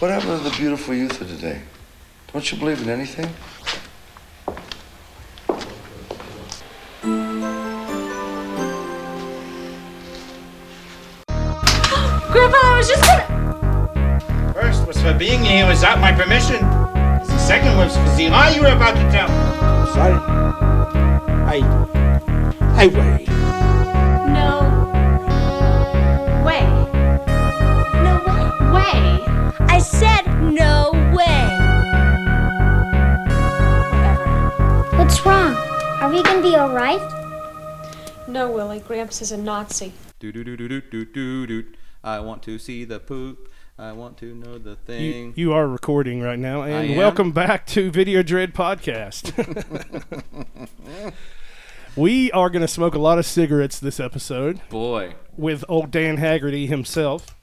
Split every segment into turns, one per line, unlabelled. What happened to the beautiful youth of today? Don't you believe in anything?
Grandpa, I was just gonna.
First was for being here without my permission. The second was for the lie you were about to tell.
Sorry. I. I worry.
No. Way. No way. Way. I said no way. Whatever.
What's wrong? Are we gonna be alright?
No, Willie, Gramps is a Nazi.
Do do do do do do do do. I want to see the poop. I want to know the
You,
thing.
you are recording right now, and
am.
welcome back to Video Dread Podcast. we are going to smoke a lot of cigarettes this episode
Boy,
with old Dan Haggerty himself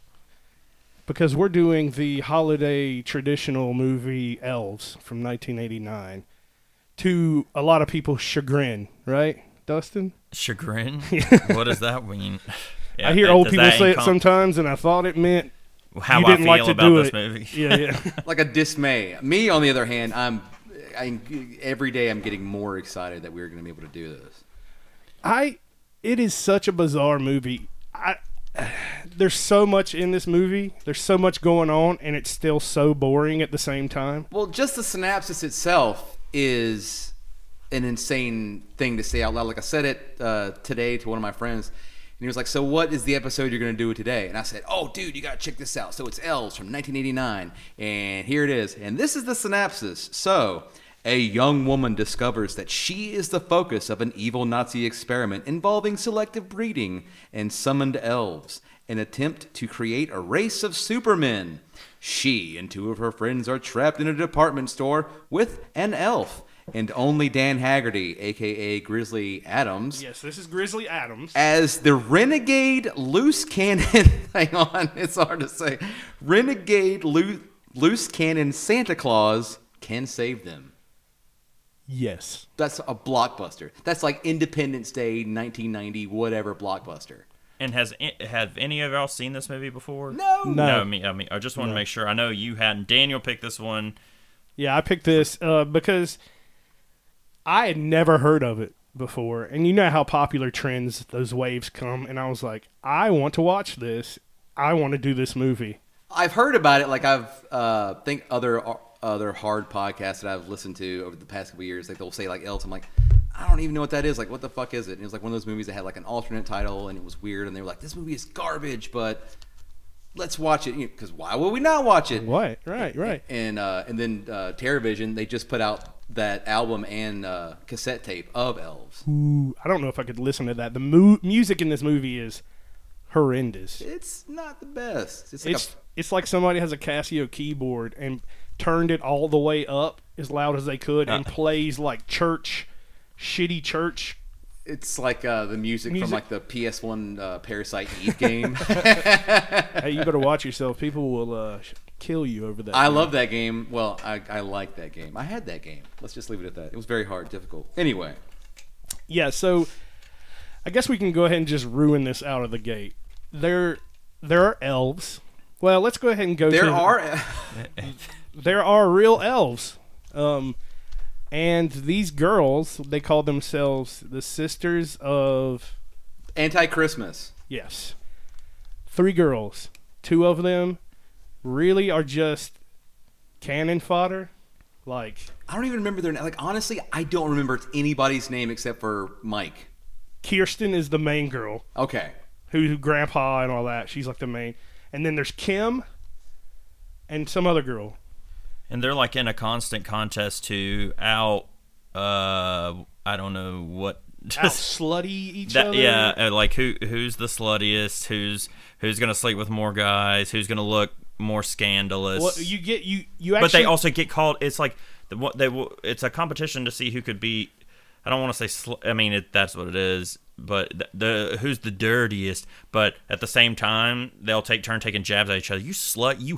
because we're doing the holiday traditional movie Elves from 1989 to a lot of people's chagrin, right, Dustin?
Chagrin? what does that mean? Yeah,
I hear
that-
old
does
people
that
say it
incom-
sometimes, and I thought it meant
How
you
I
didn't
feel
like to
about
do
this
it.
movie.
Yeah, yeah.
like a dismay. Me, on the other hand, I'm I, every day I'm getting more excited that we're going to be able to do this.
I it is such a bizarre movie. I there's so much in this movie. There's so much going on and it's still so boring at the same time.
Well, just the synopsis itself is an insane thing to say out loud. Like I said it uh, today to one of my friends, and he was like, "So what is the episode you're going to do today?" And I said, "Oh, dude, you got to check this out. So it's Elves from 1989, and here it is. And this is the synopsis. So." A young woman discovers that she is the focus of an evil Nazi experiment involving selective breeding and summoned elves, an attempt to create a race of supermen. She and two of her friends are trapped in a department store with an elf, and only Dan Haggerty, aka Grizzly Adams,
Yes, this is Grizzly Adams.
as the renegade loose cannon. hang on, it's hard to say. Renegade loo- loose cannon Santa Claus can save them.
Yes.
That's a blockbuster. That's like Independence Day, 1990, whatever blockbuster.
And has a- have any of y'all seen this movie before?
No.
No.
No, me. I mean, I just want to make sure. I know you hadn't. Daniel picked this one.
Yeah, I picked this uh, because I had never heard of it before, and you know how popular trends those waves come, and I was like, I want to watch this. I want to do this movie.
I've heard about it. Like I've uh, think other other hard podcasts that I've listened to over the past couple years, like they'll say like else. I'm like, I don't even know what that is. Like, what the fuck is it? And it was like one of those movies that had like an alternate title and it was weird. And they were like, this movie is garbage, but let's watch it because why would we not watch it?
What? Right, right.
And uh, and then uh, TerraVision, they just put out that album and uh, cassette tape of Elves.
Ooh, I don't know if I could listen to that. The mu- music in this movie is horrendous.
It's not the best. It's like
it's
a
it's like somebody has a Casio keyboard and turned it all the way up as loud as they could
Uh.
and plays like church, shitty church.
It's like uh, the music,
Music.
from like the PS1 uh, Parasite Eve game.
Hey, you better watch yourself. People will uh, sh- kill you over that.
I love that game. Well, I, I like that game. I had that game. Let's just leave it at that. It was very hard, difficult. Anyway,
yeah, so I guess we can go ahead and just ruin this out of the gate. There, there are elves. Well, let's go ahead and go.
there
to,
are uh,
there are real elves. Um, and these girls, they call themselves the Sisters of
anti Christmas.
Yes. Three girls. Two of them really are just cannon fodder. Like,
I don't even remember their name. Like, honestly, I don't remember anybody's name except for Mike.
Kirsten is the main girl
Okay.
who, who grandpa and all that. She's like the main. And then there's Kim and some other girl.
And they're like in a constant contest to out. Uh, I don't know what.
Out slutty each
That,
other.
yeah, uh, like who who's the sluttiest? Who's who's gonna sleep with more guys? Who's gonna look more scandalous?
Well, you get you you
but
actually
they also get called. It's like the what they will- it's a competition to see who could be. I don't want to say. Sl- I mean, it, that's what it is. But the, the who's the dirtiest? But at the same time, they'll take turn taking jabs at each other. You slut, you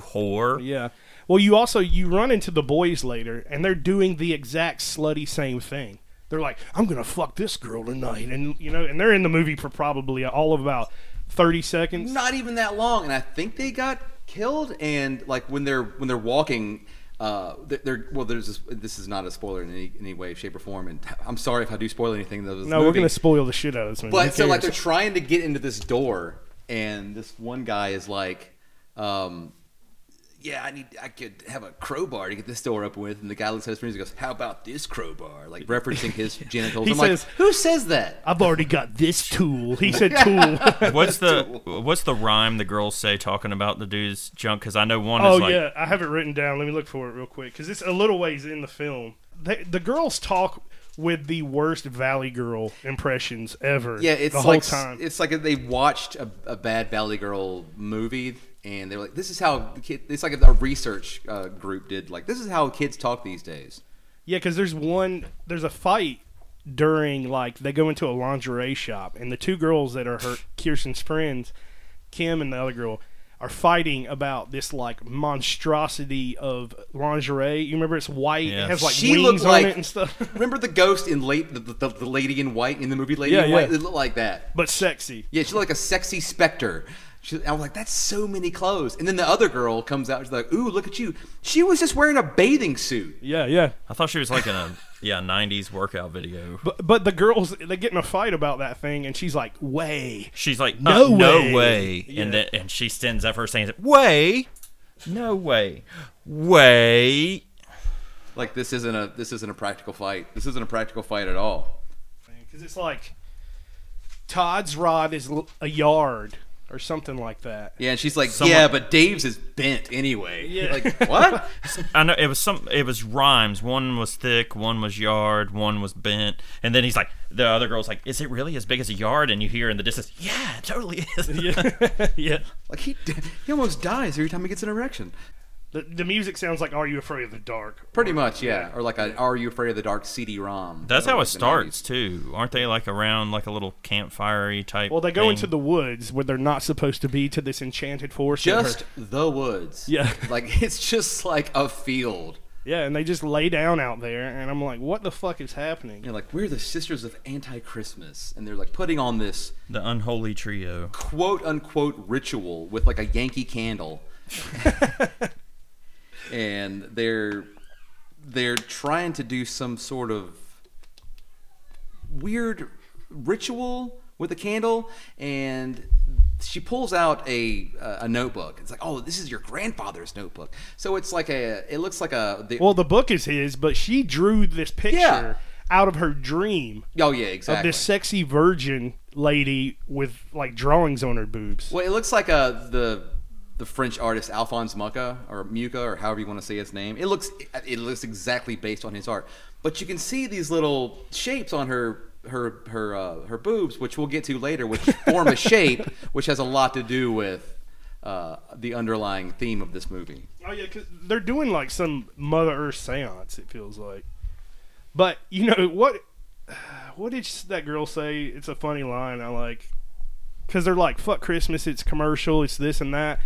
whore.
Yeah. Well, you also you run into the boys later, and they're doing the exact slutty same thing. They're like, "I'm gonna fuck this girl tonight," and you know, and they're in the movie for probably all of about thirty seconds.
Not even that long, and I think they got killed and like when they're when they're walking uh they're, they're well there's this, this is not a spoiler in any, any way shape or form and i'm sorry if i do spoil anything that was
No, we're gonna spoil the shit out of this movie. Who
but so like they're
cares?
trying to get into this door and this one guy is like um yeah i need i could have a crowbar to get this door open with and the guy looks at his friends and goes how about this crowbar like referencing his genitals
He
i'm
says-
like who says that
I've already got this tool. He said tool.
What's the what's the rhyme the girls say talking about the dude's junk? Because I know one
oh
is like,
yeah, I have it written down. Let me look for it real quick because it's a little ways in the film. They, the girls talk with the worst Valley Girl impressions ever.
Yeah, it's
the whole
like
time.
it's like they watched a, a bad Valley Girl movie, and they were like, "This is how the kid." It's like a research uh, group did like, "This is how kids talk these days."
Yeah, because there's one, there's a fight during like they go into a lingerie shop, and the two girls that are her Kirsten's friends, Kim and the other girl, are fighting about this like monstrosity of lingerie. You remember it's white,
Yeah.
it has like
She
wings
looked
on
like-
it and stuff,
Remember the ghost in late the, the, the lady in white in the movie Lady
Yeah,
in White?
yeah.
It looked like that.
but sexy.
Yeah, she looked like a sexy specter. She, I was like, "That's so many clothes." And then the other girl comes out. She's like, "Ooh, look at you!" She was just wearing a bathing suit.
Yeah, yeah.
I thought she was like in a yeah '90s workout video.
But but the girls they get in a fight about that thing, and she's like, "Way,
She's like,
No
no,
way."
no way, and then and she stands up her saying, "Way, no way, way."
Like this isn't a this isn't a practical fight. This isn't a practical fight at all.
because it's like Todd's rod is l- a yard or something like that."
Yeah, and she's like,
Someone-
"Yeah, but Dave's is bent anyway."
Yeah.
Like what?
I know it was some. It was rhymes. One was thick, one was yard, one was bent, and then he's like, the other girl's like, "Is it really as big as a yard?" And you hear in the distance, "Yeah, it totally is."
Yeah, yeah.
Like he he almost dies every time he gets an erection.
The, the music sounds like "Are You Afraid of the Dark?"
Pretty much, yeah. Or like an "Are You Afraid of the Dark" CD-ROM.
That's
I don't
how
know,
it
the 90s.
starts too. Aren't they like around like a little campfirey type?
Well, they go
thing?
into the woods where they're not supposed to be to this enchanted forest. that
Just
her-
the woods.
Yeah.
Like it's just like a field.
yeah, and they just lay down out there, and I'm like, "What the fuck is happening?"
You're like, we're the Sisters of Anti-Christmas, and they're like putting on this
the unholy trio.
quote unquote ritual with like a Yankee candle. and they're they're trying to do some sort of weird ritual with a candle and she pulls out a uh, a notebook. It's like, "Oh, this is your grandfather's notebook." So it's like a it looks like a the,
Well, the book is his, but she drew this picture
Yeah.
out of her dream
Oh yeah, exactly.
of this sexy virgin lady with like drawings on her boobs.
Well, it looks like uh, the the French artist Alphonse Mucha or Mucha or however you want to say his name. It looks it looks exactly based on his art, but you can see these little shapes on her her her uh, her boobs, which we'll get to later, which form a shape, which has a lot to do with uh, the underlying theme of this movie.
Oh yeah, because they're doing like some Mother Earth seance. It feels like, but you know what? What did that girl say? It's a funny line. I like because they're like, "Fuck Christmas." It's commercial. It's this and that.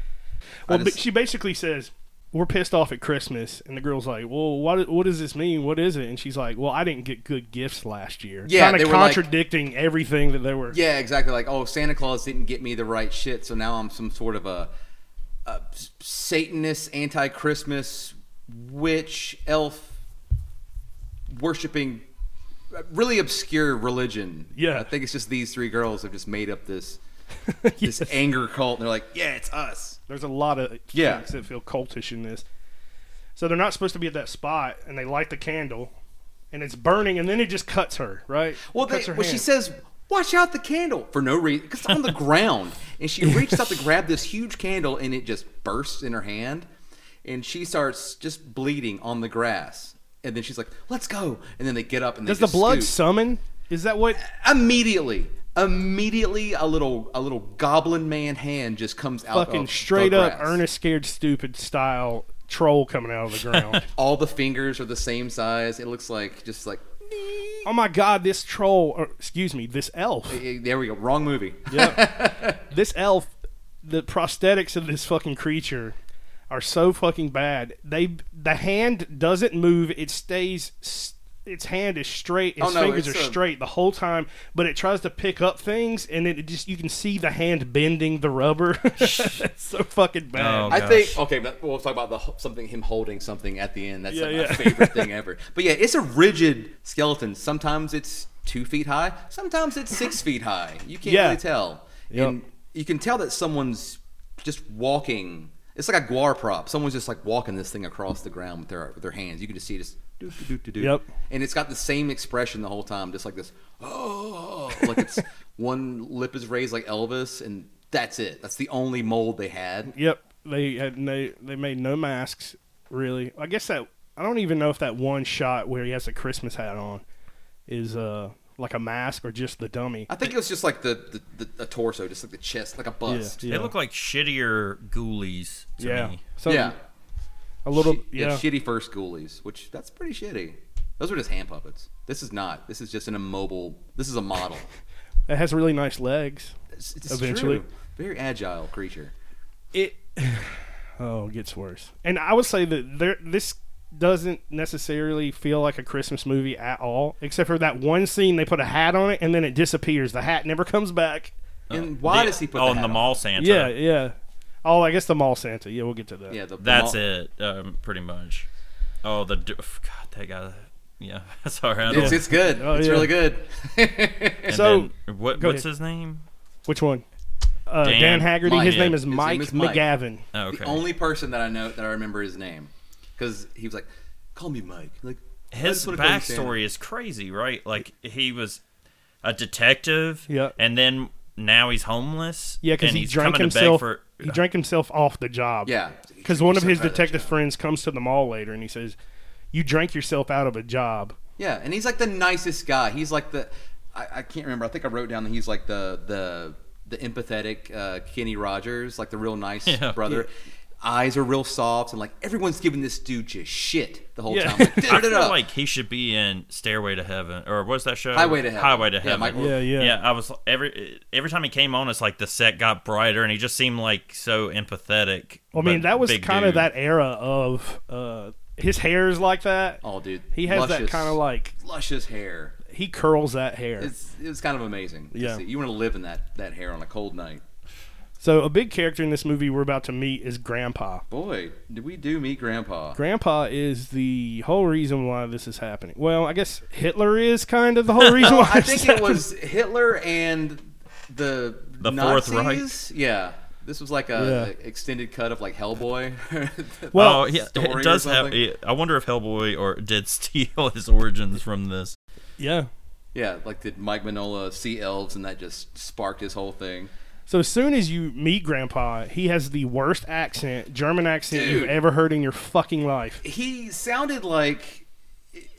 Well,
just-
but she basically says, "We're pissed off at Christmas," and the girl's like, "Well, what what does this mean? What is it?" And she's like, "Well, I didn't get good gifts last year."
Yeah,
kind
they
of
were like-
contradicting everything that they were.
Yeah, exactly. Like, oh, Santa Claus didn't get me the right shit, so now I'm some sort of a, a Satanist, anti-Christmas witch, elf, worshiping, really obscure religion.
Yeah.
I think it's just these three girls have just made up this this anger cult, and they're like, yeah, it's us.
There's a lot of
Yeah.
things that feel cultish in this. So they're not supposed to be at that spot, and they light the candle, and it's burning, and then it just cuts her, right?
Well, they,
cuts her
well she
hand.
says, "Watch out the candle!" for no reason, because it's on the ground, and she reaches out to grab this huge candle, and it just bursts in her hand, and she starts just bleeding on the grass. And then she's like, "Let's go!" And then they get up and they
"Does the
just
blood
scoot.
summon? Is that what?"
Oh, immediately, immediately, a little a little goblin man hand just comes out.
Fucking
of
straight
the
up,
grass.
Ernest Scared Stupid style troll coming out of the ground.
All the fingers are the same size. It looks like just like
oh my god, this troll, or, excuse me, this elf,
eh, there we go. Wrong movie.
this elf, the prosthetics of this fucking creature are so fucking bad. They the hand doesn't move; it stays. s- its hand is straight, its
Oh, no,
fingers
it's
are
a-
straight the whole time, but it tries to pick up things, and it just you can see the hand bending the rubber. it's so fucking bad.
Oh,
I
gosh.
think okay, but we'll talk about the ho- something him holding something at the end. That's like
Yeah, yeah.
my favorite thing ever. But yeah, it's a rigid skeleton. Sometimes it's two feet high. Sometimes it's six feet high. You can't
Yeah.
really tell.
Yep.
And you can tell that someone's just walking. It's like a guar prop. Someone's just like walking this thing across the ground with their with their hands. You can just see it just do do do do.
Yep.
And it's got the same expression the whole time, just like this. Oh, like it's one lip is raised like Elvis, and that's it. That's the only mold they had.
Yep, they had no, they made no masks really. I guess that I don't even know if that one shot where he has a Christmas hat on is uh like a mask or just the dummy.
I think it was just like the the, the, the torso, just like the chest, like a bust.
Yeah.
They look like shittier ghoulies to
yeah,
me.
so
Yeah.
a little
Shi-
yeah.
Shitty first ghoulies, which that's pretty shitty. Those were just hand puppets. This is not. This is just an immobile. This is a model.
It has really nice legs.
It's, it's
Eventually.
true. very agile creature.
It oh it gets worse, and I would say that there this doesn't necessarily feel like a Christmas movie at all, except for that one scene they put a hat on it and then it disappears. The hat never comes back.
And why
The-
does he put?
oh,
the
and
hat
the
on?
mall Santa?
Yeah, yeah. Oh, I guess the mall Santa. Yeah, we'll get to that.
Yeah, the, the
that's
mall-
it. Um, pretty much. Oh, the d- f- God, that guy. Yeah, sorry. I
It's,
don't-
it's good.
Oh,
it's
yeah.
really good.
and
So,
then- what,
go
what's
ahead.
his name?
Which one? Uh, Dan,
Dan.
Haggerty.
Mike.
His
Yeah.
name is
His name
Mike
is Mike.
McGavin.
Oh, okay.
The only person that I know that I remember his name, because he was like, "Call me Mike." Like I
his
just wanna call you Santa.
backstory is crazy, right? Like he was a detective,
Yeah.
and then now he's homeless.
Yeah, because
and
he
he's
drank
coming to beg
himself.
for-
He drank himself off the job.
Yeah,
Because one of his
Out that
detective
job.
friends comes to the mall later and he says, "You drank yourself out of a job."
Yeah, and he's like the nicest guy. He's like the I, I can't remember. I think I wrote down that he's like the the the empathetic uh, Kenny Rogers, like the real nice
Yeah.
brother. Eyes are real soft, and like everyone's giving this dude just shit the whole
Yeah.
time. Like, "Dude,
I
dude,
feel
dude."
like he should be in Stairway to Heaven, or what's that show?
Highway to Heaven.
Highway to
Yeah,
Heaven.
Michael-
Yeah, yeah.
yeah. I was every every time he came on, it's like the set got brighter, and he just seemed like so empathetic.
Well, I mean,
but
that was
big
kind of
dude.
that era of uh, his hair's like that.
oh, dude,
He has that
luscious-
kind of like
luscious hair.
he curls that hair.
It's it was kind of amazing. to
Yeah.
see. you want to live in that that hair on a cold night.
so a big character in this movie we're about to meet is Grandpa.
Boy, did we do meet Grandpa?
Grandpa is the whole reason why this is happening. Well, I guess Hitler is kind of the whole reason why.
I
it's
think it
happening.
was Hitler and the
The Fourth
Nazis.
Reich?
Yeah, this was like a
Yeah.
extended cut of like Hellboy.
Oh,
Well,
yeah,
story or
it does have.
something.
I wonder if Hellboy or did steal his origins from this.
yeah.
yeah, like did Mike Manola see elves and that just sparked his whole thing?
So as soon as you meet Grandpa, he has the worst accent, German accent you've
Dude.
ever heard in your fucking life.
He sounded like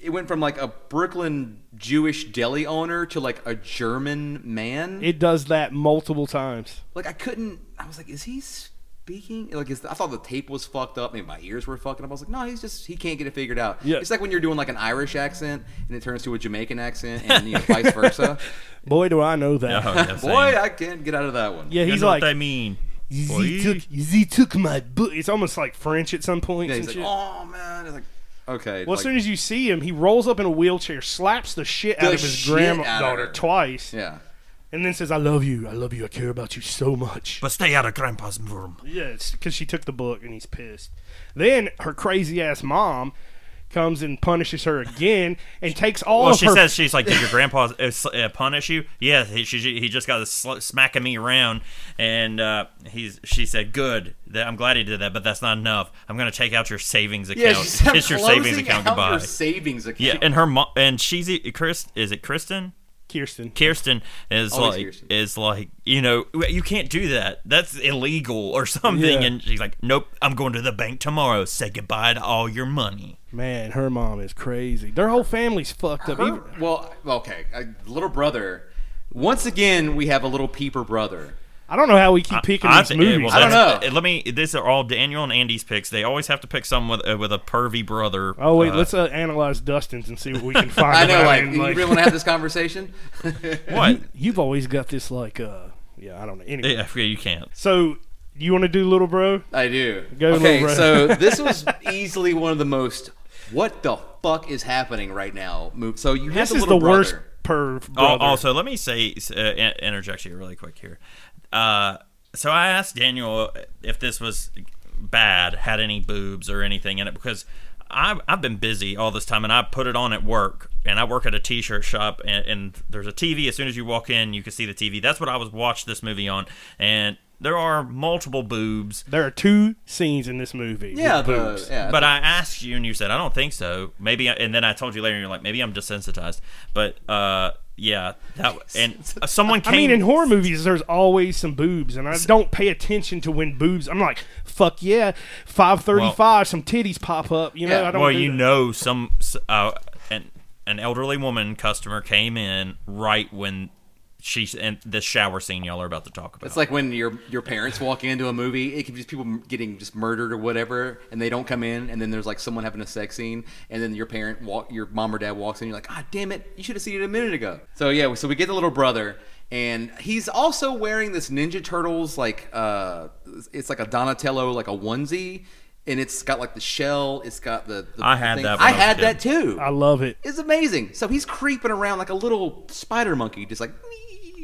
it went from like a Brooklyn Jewish deli owner to like a German man.
It does that multiple times.
like I couldn't. I was like, is he speaking? Like, is, I thought the tape was fucked up. Maybe my ears were fucking up. I was like, no, he's just he can't get it figured out.
Yeah.
It's like when you're doing like an Irish accent and it turns to a Jamaican accent and you know, vice versa.
Boy, do I know that.
Oh, yeah, same.
Boy, I can't get out of that one.
Yeah,
You
he's
know
like,
what I mean.
"Ze took, ze took my book. It's almost like French at some point.
Yeah,
and
he's like,
shit.
oh man. It's like, okay.
well, as
like-
soon as you see him, he rolls up in a wheelchair, slaps the shit out
The
of his
shit out of
granddaughter
her.
twice,
yeah.
and then says, I love you. I love you. I care about you so much.
But stay out of Grandpa's room.
Yeah, it's because she took the book and he's pissed. Then her crazy ass mom comes and punishes her again and takes all
Well,
of
she
her.
says she's like, did your grandpa uh, s- uh, punish you? Yeah, he, she, she- he just got to sl- smacking me around, and uh, he's. She said, "Good, that, I'm glad he did that, but that's not enough. I'm gonna take out your savings account.
Yeah, she said,
Kiss your
"Closing
savings account
out
goodbye."
Your savings account.
yeah, and her mom and she's e- Chris. Is it Kristen?
Kirsten.
Kirsten is
Always
like
Kirsten.
is like you know you can't do that. That's illegal or something.
Yeah.
And she's like, "Nope, I'm going to the bank tomorrow. Say goodbye to all your money."
Man, her mom is crazy. Their whole family's fucked up. Even-
Well, okay. A little brother. Once again, we have a little peeper brother.
I don't know how we keep picking these
thi-
movies.
well,
I don't
that's-
know.
Let me. These are all Daniel and Andy's picks. They always have to pick some with uh, with a pervy brother.
oh wait,
uh,
let's uh, analyze Dustin's and see what we can find.
I know.
about
Like,
him,
you really want to have this conversation?
what?
you've always got this like, uh, yeah, I don't know. Anyway,
Yeah, yeah, you can't.
so you want to do Little Bro?
I do.
Go,
okay,
little bro.
so this was easily one of the most what the fuck is happening right now? Move. So you have
This
the
is the
little brother. Oh,
worst perv.
Al-
brother.
Also, let me say uh, in- interject you really quick here. Uh, so I asked Daniel if this was bad, had any boobs or anything in it because I, I've been busy all this time and I put it on at work and I work at a t-shirt shop and, and there's a TV. As soon as you walk in, you can see the TV. That's what I was watched this movie on and there are multiple boobs.
there are two scenes in this movie.
Yeah,
with
the-
boobs.
yeah.
But I asked you, and you said, "I don't think so." Maybe, I- and then I told you later, and you're like, "Maybe I'm desensitized." But uh, yeah, that and uh, someone
I
came.
mean, in horror movies, there's always some boobs, and I don't pay attention to when boobs. I'm like, fuck yeah, five thirty-five, some titties pop up. You know,
Yeah,
I don't.
well,
do
you
that.
know, some s- uh, an an elderly woman customer came in right when she and the shower scene y'all are about to talk about.
It's like when your your parents walk into a movie, it could be just people getting just murdered or whatever, and they don't come in, and then there's like someone having a sex scene, and then your parent walk, your mom or dad walks in, you're like, ah, damn it, you should have seen it a minute ago. So yeah, so we get the little brother, and he's also wearing this Ninja Turtles like uh, it's like a Donatello like a onesie, and it's got like the shell, it's got the, the
I had
thing.
that when
I
I was a
had
kid.
that too
I love it.
is amazing. So he's creeping around like a little spider monkey, just like "Wee,"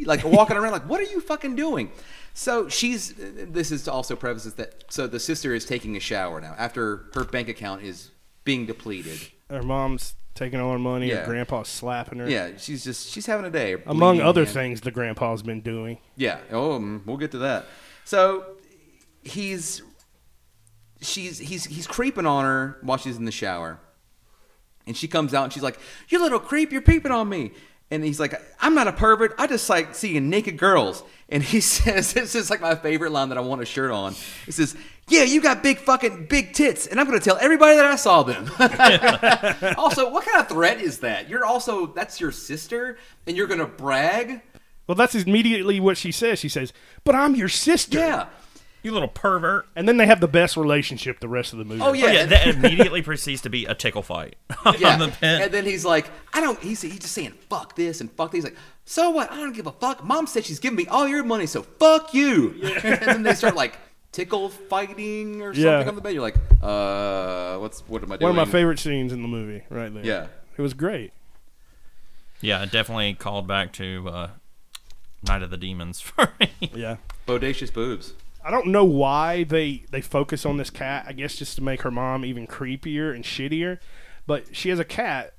like walking around like what are you fucking doing? So she's this is also prefaces that so the sister is taking a shower now after her bank account is being depleted.
Her mom's taking all her money.
Yeah.
Her grandpa's slapping her.
Yeah, she's just she's having a day.
Among
Bleeding,
other
man.
things, the grandpa's been doing.
Yeah. Oh, mm, we'll get to that. So he's she's he's he's creeping on her while she's in the shower, and she comes out and she's like, "You little creep, you're peeping on me." And he's like, "I'm not a pervert. I just like seeing naked girls." And he says, "This is like my favorite line that I want a shirt on." It says, "Yeah, you got big fucking big tits, and I'm gonna tell everybody that I saw them." also, what kind of threat is that? You're also that's your sister, and you're gonna brag.
Well, that's immediately what she says. She says, "But I'm your sister."
Yeah.
you little pervert.
And then they have the best relationship the rest of the movie.
Oh yeah.
Oh yeah,
and-
that immediately proceeds to be a tickle fight
Yeah.
on the pen.
and then he's like, I don't. He's he's just saying fuck this and fuck this. He's like, so what? I don't give a fuck. Mom said she's giving me all your money, so fuck you. and then they start like tickle fighting or something
Yeah.
on the bed. You're like, uh, what's what am I
One
doing?
of my favorite scenes in the movie, right there.
Yeah.
It was great.
yeah, it definitely called back to uh, Night of the Demons for me.
Yeah.
Bodacious boobs.
I don't know why they they focus on this cat. I guess just to make her mom even creepier and shittier. But she has a cat.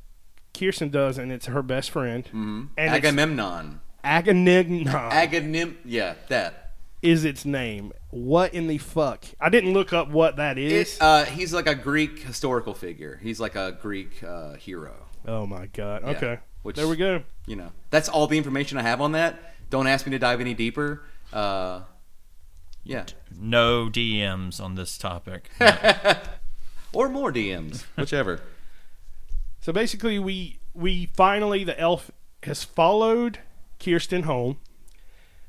Kirsten does, and it's her best friend. Mm-hmm. And it's
Agamemnon.
Agamemnon
Aganim. Yeah, that.
is its name. What in the fuck? I didn't look up what that
It,
is.
uh, he's like a Greek historical figure. He's like a Greek uh, hero.
oh my god. Okay.
Which-
there we go.
You know, that's all the information I have on that. Don't ask me to dive any deeper. Uh, yeah.
No DMs on this topic. No.
or more DMs, whichever.
So basically, we we finally the elf has followed Kirsten home.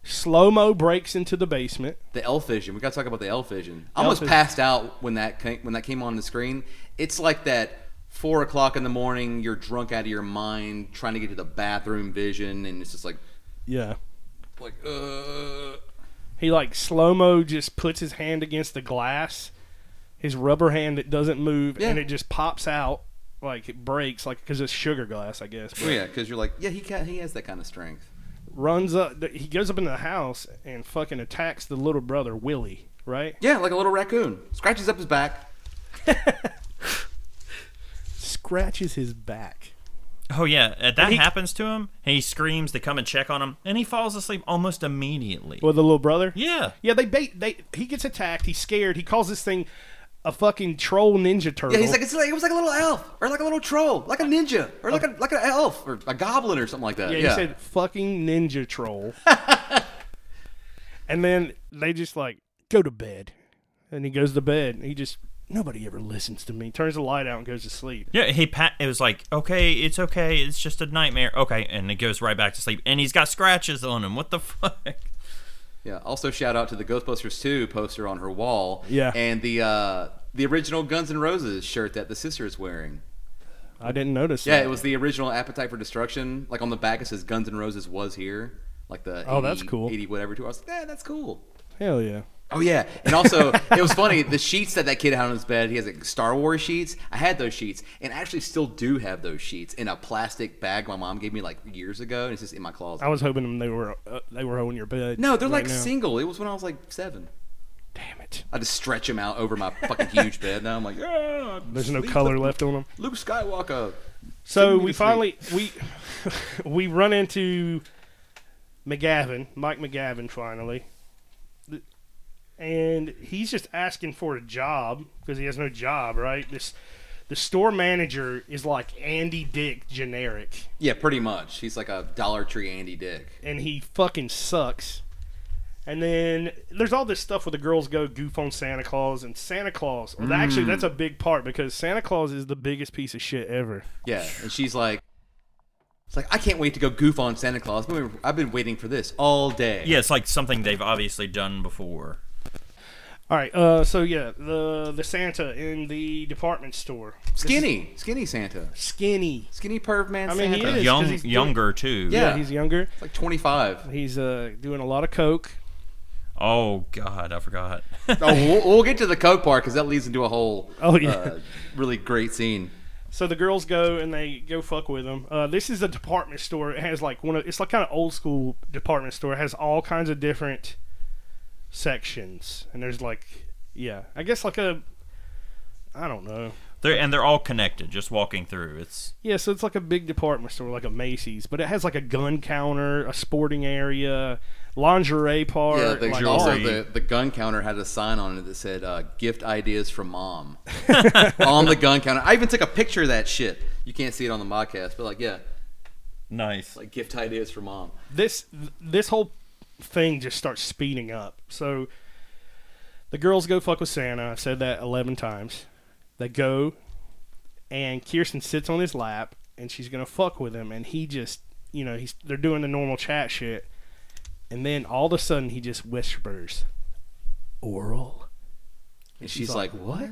Slow mo breaks into the basement.
the elf vision. We got to talk about the elf vision. I almost
Elf Vision.
passed out when that came, when that came on the screen. It's like that four o'clock in the morning. You're drunk out of your mind, trying to get to the bathroom vision, and it's just like
Yeah.
like uh.
He like slow mo just puts his hand against the glass, his rubber hand that doesn't move,
Yeah.
and it just pops out like it breaks like because it's sugar glass, I guess.
Oh
But
yeah, because you're like yeah he can, he has that kind of strength.
runs up, th- he goes up into the house and fucking attacks the little brother Willie. Right?
Yeah, like a little raccoon scratches up his back.
Scratches his back.
Oh yeah, uh, that happens to him. And he screams. They come and check on him, and he falls asleep almost immediately.
Well, the little brother.
Yeah.
Yeah, they bait. They he gets attacked. He's scared. He calls this thing a fucking troll ninja turtle.
Yeah, he's like it's like it was like a little elf or like a little troll, like a ninja or like a like an elf or a goblin or something like that.
Yeah,
Yeah,
he said fucking ninja troll. and then they just like go to bed, and he goes to bed, and he just nobody ever listens to me. Turns the light out and goes to sleep.
Yeah, he pat. It was like, okay, it's okay, it's just a nightmare. Okay, and it goes right back to sleep, and he's got scratches on him. What the fuck?
Yeah. Also, shout out to the Ghostbusters 2 poster on her wall.
Yeah.
And the uh, the original Guns N' Roses shirt that the sister is wearing.
I didn't notice.
Yeah,
that.
it was the original Appetite for Destruction. Like on the back, it says Guns N' Roses was here. Like the
Oh, that's cool.
eighty whatever two. I was like, yeah, that's cool.
hell yeah.
Oh yeah, and also it was funny. The sheets that that kid had on his bed, he has like Star Wars sheets. I had those sheets, and I actually still do have those sheets in a plastic bag my mom gave me like years ago, and it's just in my closet.
I was hoping they were uh, they were on your bed.
no, they're
right
like
now.
single. It was when I was like seven.
Damn it!
I just stretch them out over my fucking huge bed. Now I'm like, yeah.
There's no
sleep
color
with
left on them.
Luke Skywalker.
So
Send me
we
to sleep.
finally we we run into McGavin, Mike McGavin, finally, and he's just asking for a job because he has no job, right? This the store manager is like Andy Dick generic,
Yeah, pretty much. He's like a Dollar Tree Andy Dick.
and he fucking sucks. And then there's all this stuff where the girls go goof on Santa Claus and Santa Claus. Well, Actually,
Mm.
that's a big part because Santa Claus is the biggest piece of shit ever.
Yeah, and she's like, it's like I can't wait to go goof on Santa Claus. I've been- I've been waiting for this all day.
Yeah, it's like something they've obviously done before.
All right, uh, so yeah, the the Santa in the department store,
skinny, skinny Santa,
skinny.
skinny perv man.
I mean, he
Santa.
is. 'cause
Young,
he's doing-
younger too.
Yeah.
Yeah, he's younger.
like 25.
He's uh, doing a lot of coke.
Oh God, I forgot.
oh, we'll, we'll get to the coke part because that leads into a whole
Oh, yeah.
uh, really great scene.
So the girls go and they go fuck with him. Uh, this is a department store. It has like one of it's like kind of old school department store. It has all kinds of different sections, and there's like yeah, I guess like a I don't know.
they're and they're all connected. Just walking through, it's
Yeah, so it's like a big department store, like a Macy's, but it has like a gun counter, a sporting area, lingerie part.
yeah, the,
like,
also
all-
the, the gun counter had a sign on it that said uh, "Gift ideas from mom" on the gun counter. I even took a picture of that shit. You can't see it on the podcast, but like, yeah,
nice.
like gift ideas from mom.
this this whole thing just starts speeding up. So the girls go fuck with Santa. I've said that eleven times. They go, and Kirsten sits on his lap, and she's gonna fuck with him, and he just, you know, he's they're doing the normal chat shit, and then all of a sudden he just whispers, "Oral."
And she's like, "What?"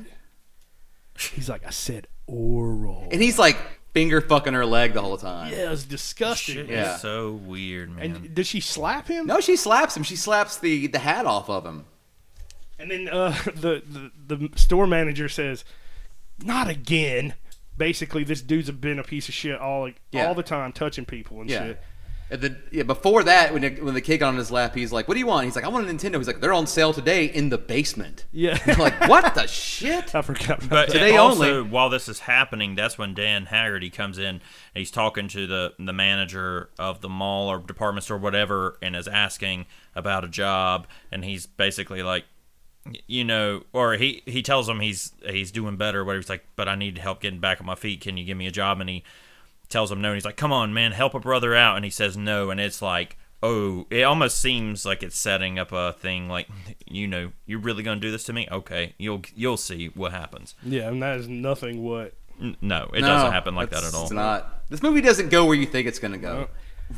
He's like, "I said oral."
And he's like finger fucking her leg the whole time.
Yeah, it was disgusting.
Shit
Yeah.
is so weird, man.
And does she slap him?
No, she slaps him. She slaps the the hat off of him.
And then uh, the, the the store manager says, "Not again." Basically, this dude's been a piece of shit all
Yeah.
all the time, touching people and
Yeah.
shit.
And then, yeah, before that, when the, when the kid got on his lap, he's like, "What do you want?" He's like, "I want a Nintendo." He's like, "They're on sale today in the basement."
Yeah,
like, what the shit?
I forgot. About
But
that.
Today
today also,
only.
while this is happening, that's when Dan Haggerty comes in. and He's talking to the the manager of the mall or department store, whatever, and is asking about a job. And he's basically like, y- you know, or he he tells him he's he's doing better. Whatever. He's like, but I need help getting back on my feet. Can you give me a job? And he tells him no. And he's like, come on, man, help a brother out. And he says no. And it's like. Oh, it almost seems like it's setting up a thing. Like, you know, you're really gonna do this to me? Okay, you'll you'll see what happens.
yeah, and that is nothing. What?
N- No, it
No,
doesn't happen like that
that's-
at all.
It's not. This movie doesn't go where you think it's gonna go.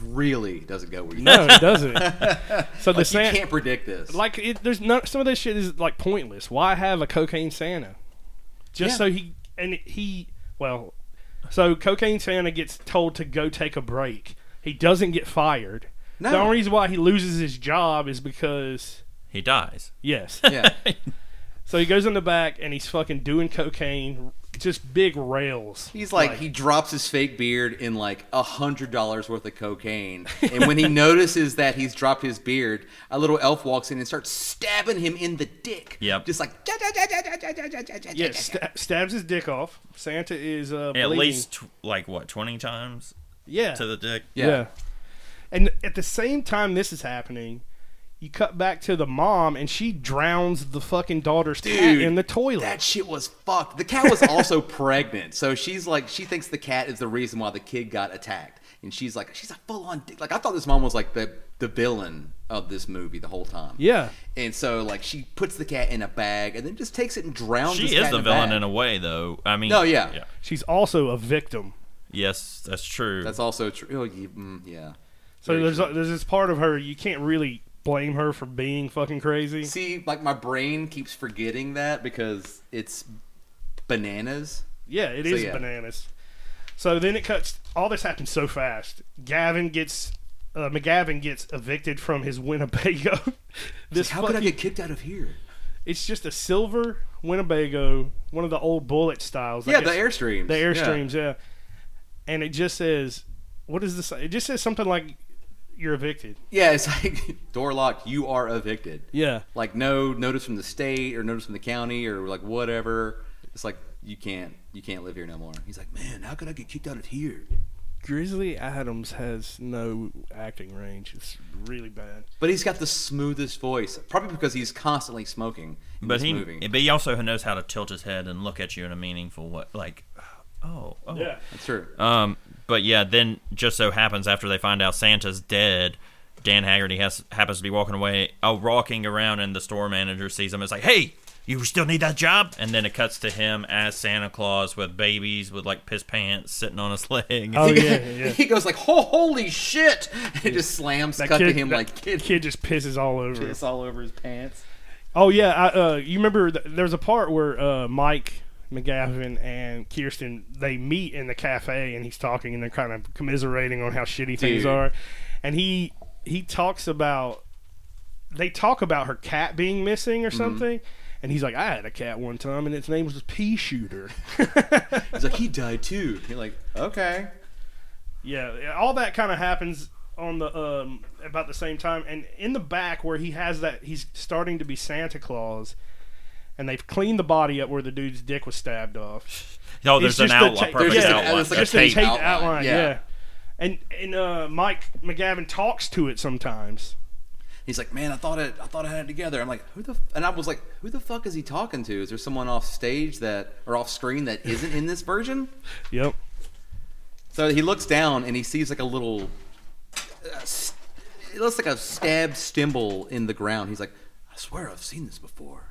Really doesn't go where you.
No, it doesn't. so the
Like, you
Santa,
can't predict this.
like, it, there's no some of this shit is like pointless. Why have a cocaine Santa? Just
Yeah.
so he and he well, so cocaine Santa gets told to go take a break. He doesn't get fired.
No.
The only reason why he loses his job is because
He dies.
yes.
yeah,
so he goes in the back and he's fucking doing cocaine, just big rails.
he's like he drops his fake beard in like a hundred dollars worth of cocaine, and when he notices that he's dropped his beard, a little elf walks in and starts stabbing him in the dick.
Yep.
just like "Ja, ja, ja, ja, ja, ja, ja, ja, ja,
Yes,
ja, ja."
sta stabs his dick off. Santa is uh,
At
bleeding.
least tw- like what twenty times
yeah
to the dick.
Yeah.
Yeah. And at the same time this is happening, you cut back to the mom and she drowns the fucking daughter's cat
Dude,
in the toilet.
That shit was fucked. The cat was also pregnant, so she's like, she thinks the cat is the reason why the kid got attacked, and she's like, she's a full on dick. Like I thought this mom was like the the villain of this movie the whole time.
yeah.
And so like she puts the cat in a bag and then just takes it and drowns.
She
this
is
cat
the
in a
villain
bag.
in a way, though. I mean,
No, yeah.
She's also a victim.
Yes, that's true.
That's also true. Oh, you, mm, yeah.
So
Very
there's
true.
there's this part of her you can't really blame her for being fucking crazy.
See, like my brain keeps forgetting that because it's bananas.
Yeah, it
So,
is
yeah.
bananas. So then it cuts. All this happens so fast. Gavin gets uh, McGavin gets evicted from his Winnebago. this
How could I
fucking-
get kicked out of here?
it's just a silver Winnebago, one of the old bullet styles. I
Yeah, the
guess.
airstreams.
The
Yeah.
Airstreams, yeah. And it just says, what is this? It just says something like, you're evicted.
Yeah, it's like door locked. You are evicted.
Yeah.
Like no notice from the state or notice from the county or like whatever. It's like you can't you can't live here no more. He's like, man, how could I get kicked out of here?
Grizzly Adams has no acting range. It's really bad.
But he's got the smoothest voice, probably because he's constantly smoking in
But
this
he,
movie.
but he also knows how to tilt his head and look at you in a meaningful way. Like, oh, oh.
That's true.
Um, but yeah, then just so happens after they find out Santa's dead, Dan Haggerty has happens to be walking away, uh, walking around, and the store manager sees him. It's like, hey, you still need that job? And then it cuts to him as Santa Claus with babies with like piss pants sitting on his leg.
Oh, yeah, yeah.
he goes like, "Ho- "Holy shit!" and just slams cut to him
that
like kid,
kid just pisses all over.
piss all over his pants.
Oh yeah, I, uh, you remember th- there's a part where uh, Mike McGavin and Kirsten they meet in the cafe and he's talking and they're kind of commiserating on how shitty things
Dude.
are, and he he talks about they talk about her cat being missing or something. And he's like, I had a cat one time, and its name was Pea Shooter.
He's like, "He died too." You're like, "Okay."
Yeah, all that kind of happens on the um, about the same time, and in the back where he has that, he's starting to be Santa Claus, and they've cleaned the body up where the dude's dick was stabbed off.
No, Oh,
It's
there's an
just the
outline,
ta-
perfect
there's just an-
outline.
it's like
a
a
Just a
tape.
taped outline,
outline,
yeah.
yeah.
And and uh, Mike McGavin talks to it sometimes.
He's like, "Man, I thought it. I thought I had it together." I'm like, "Who the?" F-? And I was like, "Who the fuck is he talking to? Is there someone off stage that or off screen that isn't in this version?"
Yep.
So he looks down and he sees like a little. Uh, st- it looks like a stabbed stimble in the ground. He's like, "I swear I've seen this before."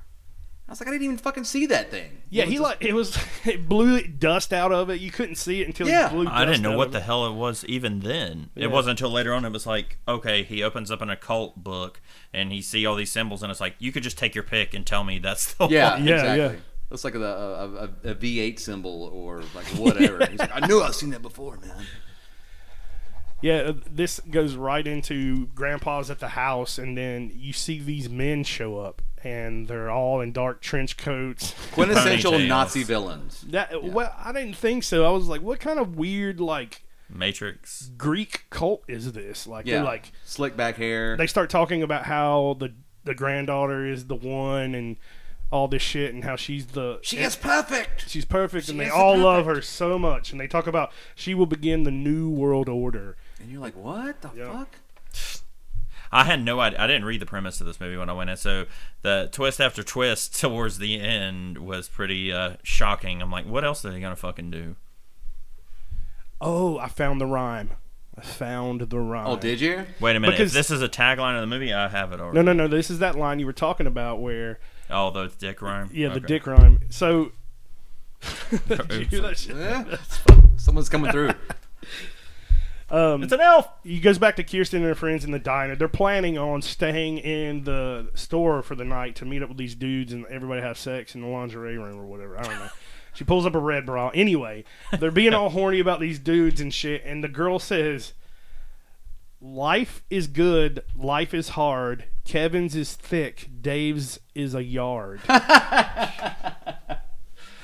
I was like, "I didn't even fucking see that thing."
Yeah, he like it was it blew dust out of it. You couldn't see it until
Yeah.
he blew.
I
dust
didn't know
out
what
of
the
it.
hell it was even then. It wasn't until later on it was like, okay, he opens up an occult book and he see all these symbols and it's like, you could just take your pick and tell me that's the
Yeah,
one.
Yeah,
exactly.
yeah.
Looks like a, a, a, a V8 symbol or like whatever. He's like, I knew I've seen that before, man.
Yeah, uh, this goes right into Grandpa's at the house, and then you see these men show up, and they're all in dark trench coats.
Quintessential
Ponytails.
Nazi villains.
That well, I didn't think so. I was like, what kind of weird like
Matrix.
Greek cult is this? Like
Yeah,
they're like
slick back hair.
they start talking about how the the granddaughter is the one and all this shit and how she's the
she is perfect.
she's perfect and they
is
all love her so much and they talk about she will begin the new world order.
And you're like, what the
Yeah.
fuck?
I had no idea. I didn't read the premise of this movie when I went in. So the twist after twist towards the end was pretty uh, shocking. I'm like, what else are they going to fucking do?
Oh, I found the rhyme. I found the rhyme.
Oh, did you?
Wait a minute.
Because-
if this is a tagline of the movie, I have it already.
No, no, no. This is that line you were talking about where,
Oh, the dick rhyme?
yeah, the
Okay. Uh,
dick rhyme. So, Did you hear that shit?
Yeah. Eh. Someone's coming through.
It's an elf!
Um, he goes back to Kirsten and her friends in the diner. They're planning on staying in the store for the night to meet up with these dudes and everybody have sex in the lingerie room or whatever. I don't know. she pulls up a red bra. Anyway, they're being all horny about these dudes and shit. And the girl says, "Life is good. Life is hard. Kevin's is thick. Dave's is a yard."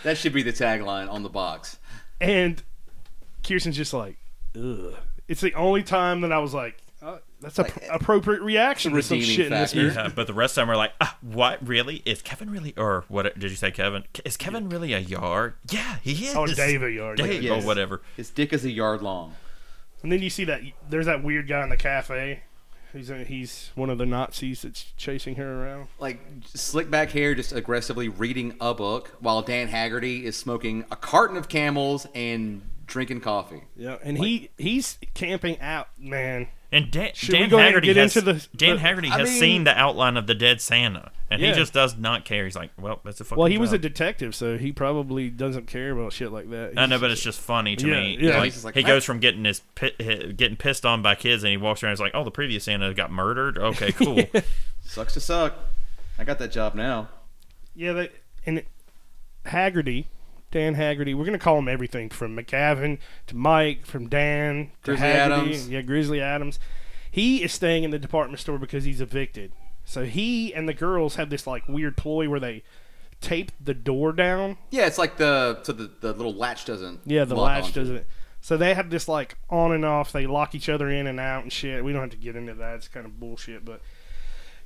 That should be the tagline on the box.
and Kirsten's just like, ugh. It's the only time that I was like, uh, that's an appropriate reaction to some
redeeming
shit in this
factor.
movie.
Yeah, but the rest of them are like, ah, what? Really? Is Kevin really? Or what? Did you say Kevin? K- Is Kevin really a yard? Yeah, he is.
Oh, Dave a yard.
Dave
Yes.
or whatever.
His dick is a yard long.
And then you see that there's that weird guy in the cafe. He's he's one of the Nazis that's chasing her around.
Like slick back hair, just aggressively reading a book while Dan Haggerty is smoking a carton of Camels and drinking coffee.
Yeah, and he he's camping out, man.
And Dan,
Should we
Dan
go ahead and
Haggerty
get
has,
into the-
Dan
the-
Haggerty
I
has
mean-
seen the outline of the dead Santa, and
Yeah.
he just does not care. He's like, well, that's a fucking.
Well, he was a
job.
detective, so he probably doesn't care about shit like that.
I know, but it's just funny to
Yeah,
me.
yeah.
Like,
He's just like,
he
"Ah."
goes from getting his pi- hi- getting pissed on by kids, and he walks around. and He's like, "Oh, the previous Santa got murdered. Okay, cool."
Sucks to suck. I got that job now.
yeah, they, and it- Haggerty, Dan Haggerty. We're gonna call him everything from McCavin to Mike, from Dan to
Grizzly
Haggerty.
Adams.
Yeah, Grizzly Adams. He is staying in the department store because he's evicted. So he and the girls have this like weird ploy where they tape the door down.
Yeah, it's like the so the, the little latch doesn't.
Yeah, the
lock
latch
onto it.
doesn't. So they have this like on and off. They lock each other in and out and shit. We don't have to get into that. It's kind of bullshit. But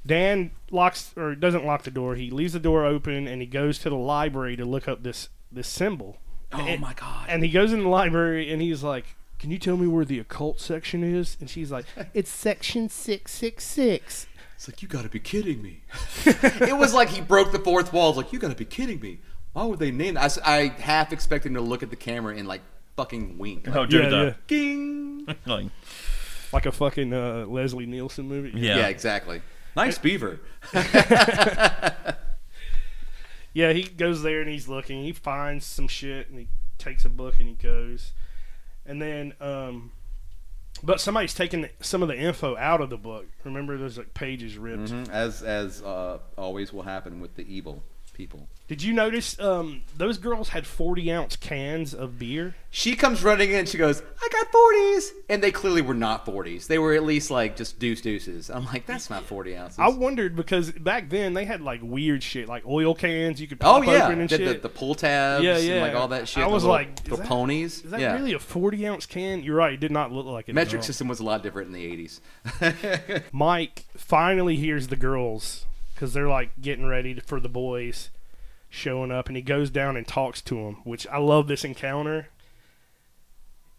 Dan locks or doesn't lock the door. He leaves the door open and he goes to the library to look up this this symbol.
Oh
And-
my god!
And he goes in the library and he's like, "Can you tell me where the occult section is?" And she's like, "It's section six six six.
It's like you got to be kidding me. it was like he broke the fourth wall. It's like you got to be kidding me. Why would they name? That? I s- I, half expect him to look at the camera and like fucking wink. Like,
Oh, dude,
Yeah,
the
Ding.
like,
Like a fucking uh, Leslie Nielsen movie.
yeah.
Yeah. exactly. Nice beaver.
Yeah, he goes there and he's looking. He finds some shit and he takes a book and he goes. And then, um, but somebody's taking some of the info out of the book. Remember, there's like pages ripped.
Mm-hmm. Mm, As as uh, always will happen with the evil people.
Did you notice um, those girls had 40 ounce cans of beer?
She comes running in. She goes, "I got 40s," and they clearly were not 40s. They were at least like just deuce deuces. I'm like, that's not 40 ounces.
I wondered because back then they had like weird shit, like oil cans you could
oh
pop
yeah,
open and
the, the,
shit.
the pull tabs.
Yeah,
And,
yeah.
like all that shit.
I
the
was
little-
like, is
the
that-
ponies.
Is that
yeah.
really a 40 ounce can? You're right, it did not look like it. at
Metric
all.
system was a lot different in the 80s.
Mike finally hears the girls because they're like getting ready to, for the boys showing up, and he goes down and talks to them, which I love this encounter.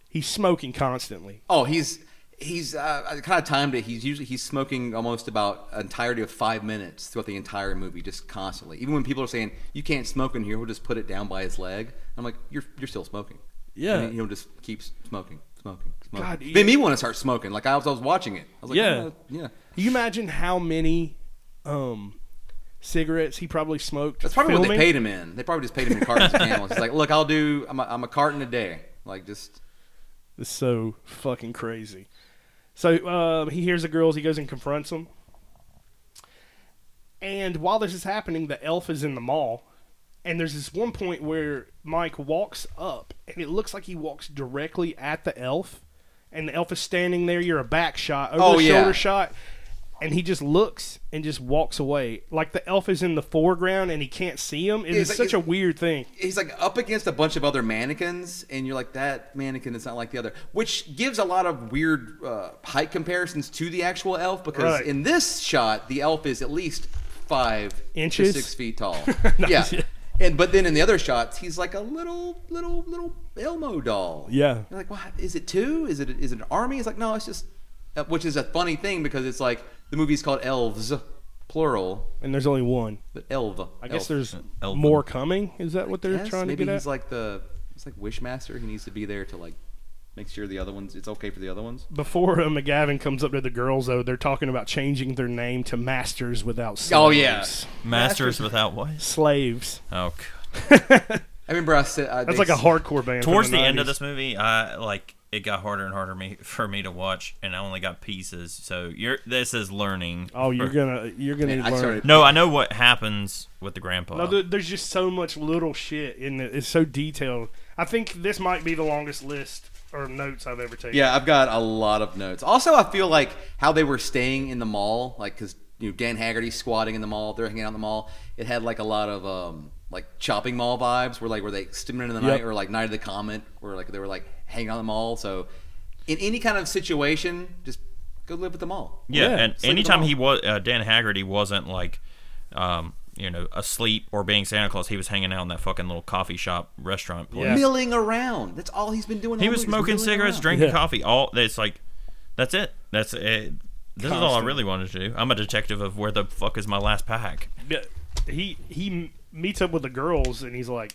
He's smoking constantly.
Oh, he's he's uh, I kind of timed it. He's usually he's smoking almost about an entirety of five minutes throughout the entire movie, just constantly. Even when people are saying you can't smoke in here, he'll just put it down by his leg. I'm like, you're you're still smoking.
Yeah.
and he'll just keep smoking, smoking, smoking.
God,
made
you-
me want to start smoking. Like I was, I was watching it. I was like,
Yeah.
"Oh, yeah.
Can you imagine how many um, cigarettes he probably smoked?
That's probably what
filming?
they paid him in. They probably just paid him in cartons of camels. He's like, look, I'll do. I'm a, I'm a carton a day. Like just
It's so fucking crazy. So uh, he hears the girls. He goes and confronts them. And while this is happening, the elf is in the mall. And there's this one point where Mike walks up, and it looks like he walks directly at the elf. And the elf is standing there. You're a back shot, over
Oh,
the
yeah.
shoulder shot. And he just looks and just walks away. Like the elf is in the foreground and he can't see him. It
It's
is
like-
such a
it's-
weird thing.
he's like up against a bunch of other mannequins, and you're like, that mannequin is not like the other, which gives a lot of weird uh, height comparisons to the actual elf because
Right.
in this shot, the elf is at least five
Inches?
to six feet tall. yeah.
Nice.
And but then in the other shots, he's like a little, little, little Elmo doll.
Yeah.
You're like, what? Is it two? Is it is it an army? He's like, no, it's just, uh, which is a funny thing because it's like the movie's called Elves, plural,
And there's only one.
but elf.
I guess there's
Elf.
more coming. Is that what they're
Yes,
trying to
maybe
get at?
he's like the it's like Wishmaster. He needs to be there to like make sure the other ones it's okay for the other ones.
Before uh, McGavin comes up to the girls, though, they're talking about changing their name to Masters Without Slaves.
Oh, yeah.
masters without what?
Slaves.
Oh, God.
I remember I said I,
That's
they-
like a hardcore band. from
towards the end of
90s.
this movie, I like it got harder and harder me, for me to watch, and I only got pieces. So you're this is learning.
Oh, you're
For-
gonna you're gonna
Man, I
learn.
started-
No, I know what happens with the grandpa.
No, there- there's just so much little shit in it. It's so detailed. I think this might be the longest list or notes I've ever taken.
Yeah, I've got a lot of notes. Also, I feel like how they were staying in the mall, like because you know Dan Haggerty's squatting in the mall, they're hanging out in the mall. It had like a lot of um like chopping mall vibes, where like where they stimmed into the
Yep.
night or like night of the comet, where like they were like hanging out in the mall. So in any kind of situation, just go live at the mall.
yeah,
yeah,
and
sleep with
anytime
mom.
he was uh, Dan Haggerty wasn't like, um, you know, asleep or being Santa Claus. He was hanging out in that fucking little coffee shop restaurant place.
Yeah.
Milling around. That's all he's been doing. the
He
whole
was
movie, just
smoking
milling
cigarettes,
around.
drinking
Yeah.
coffee. All it's like, that's it. That's it. This is all I
Constant.
really wanted to do. I'm a detective of where the fuck is my last pack.
Yeah, he he m- meets up with the girls and he's like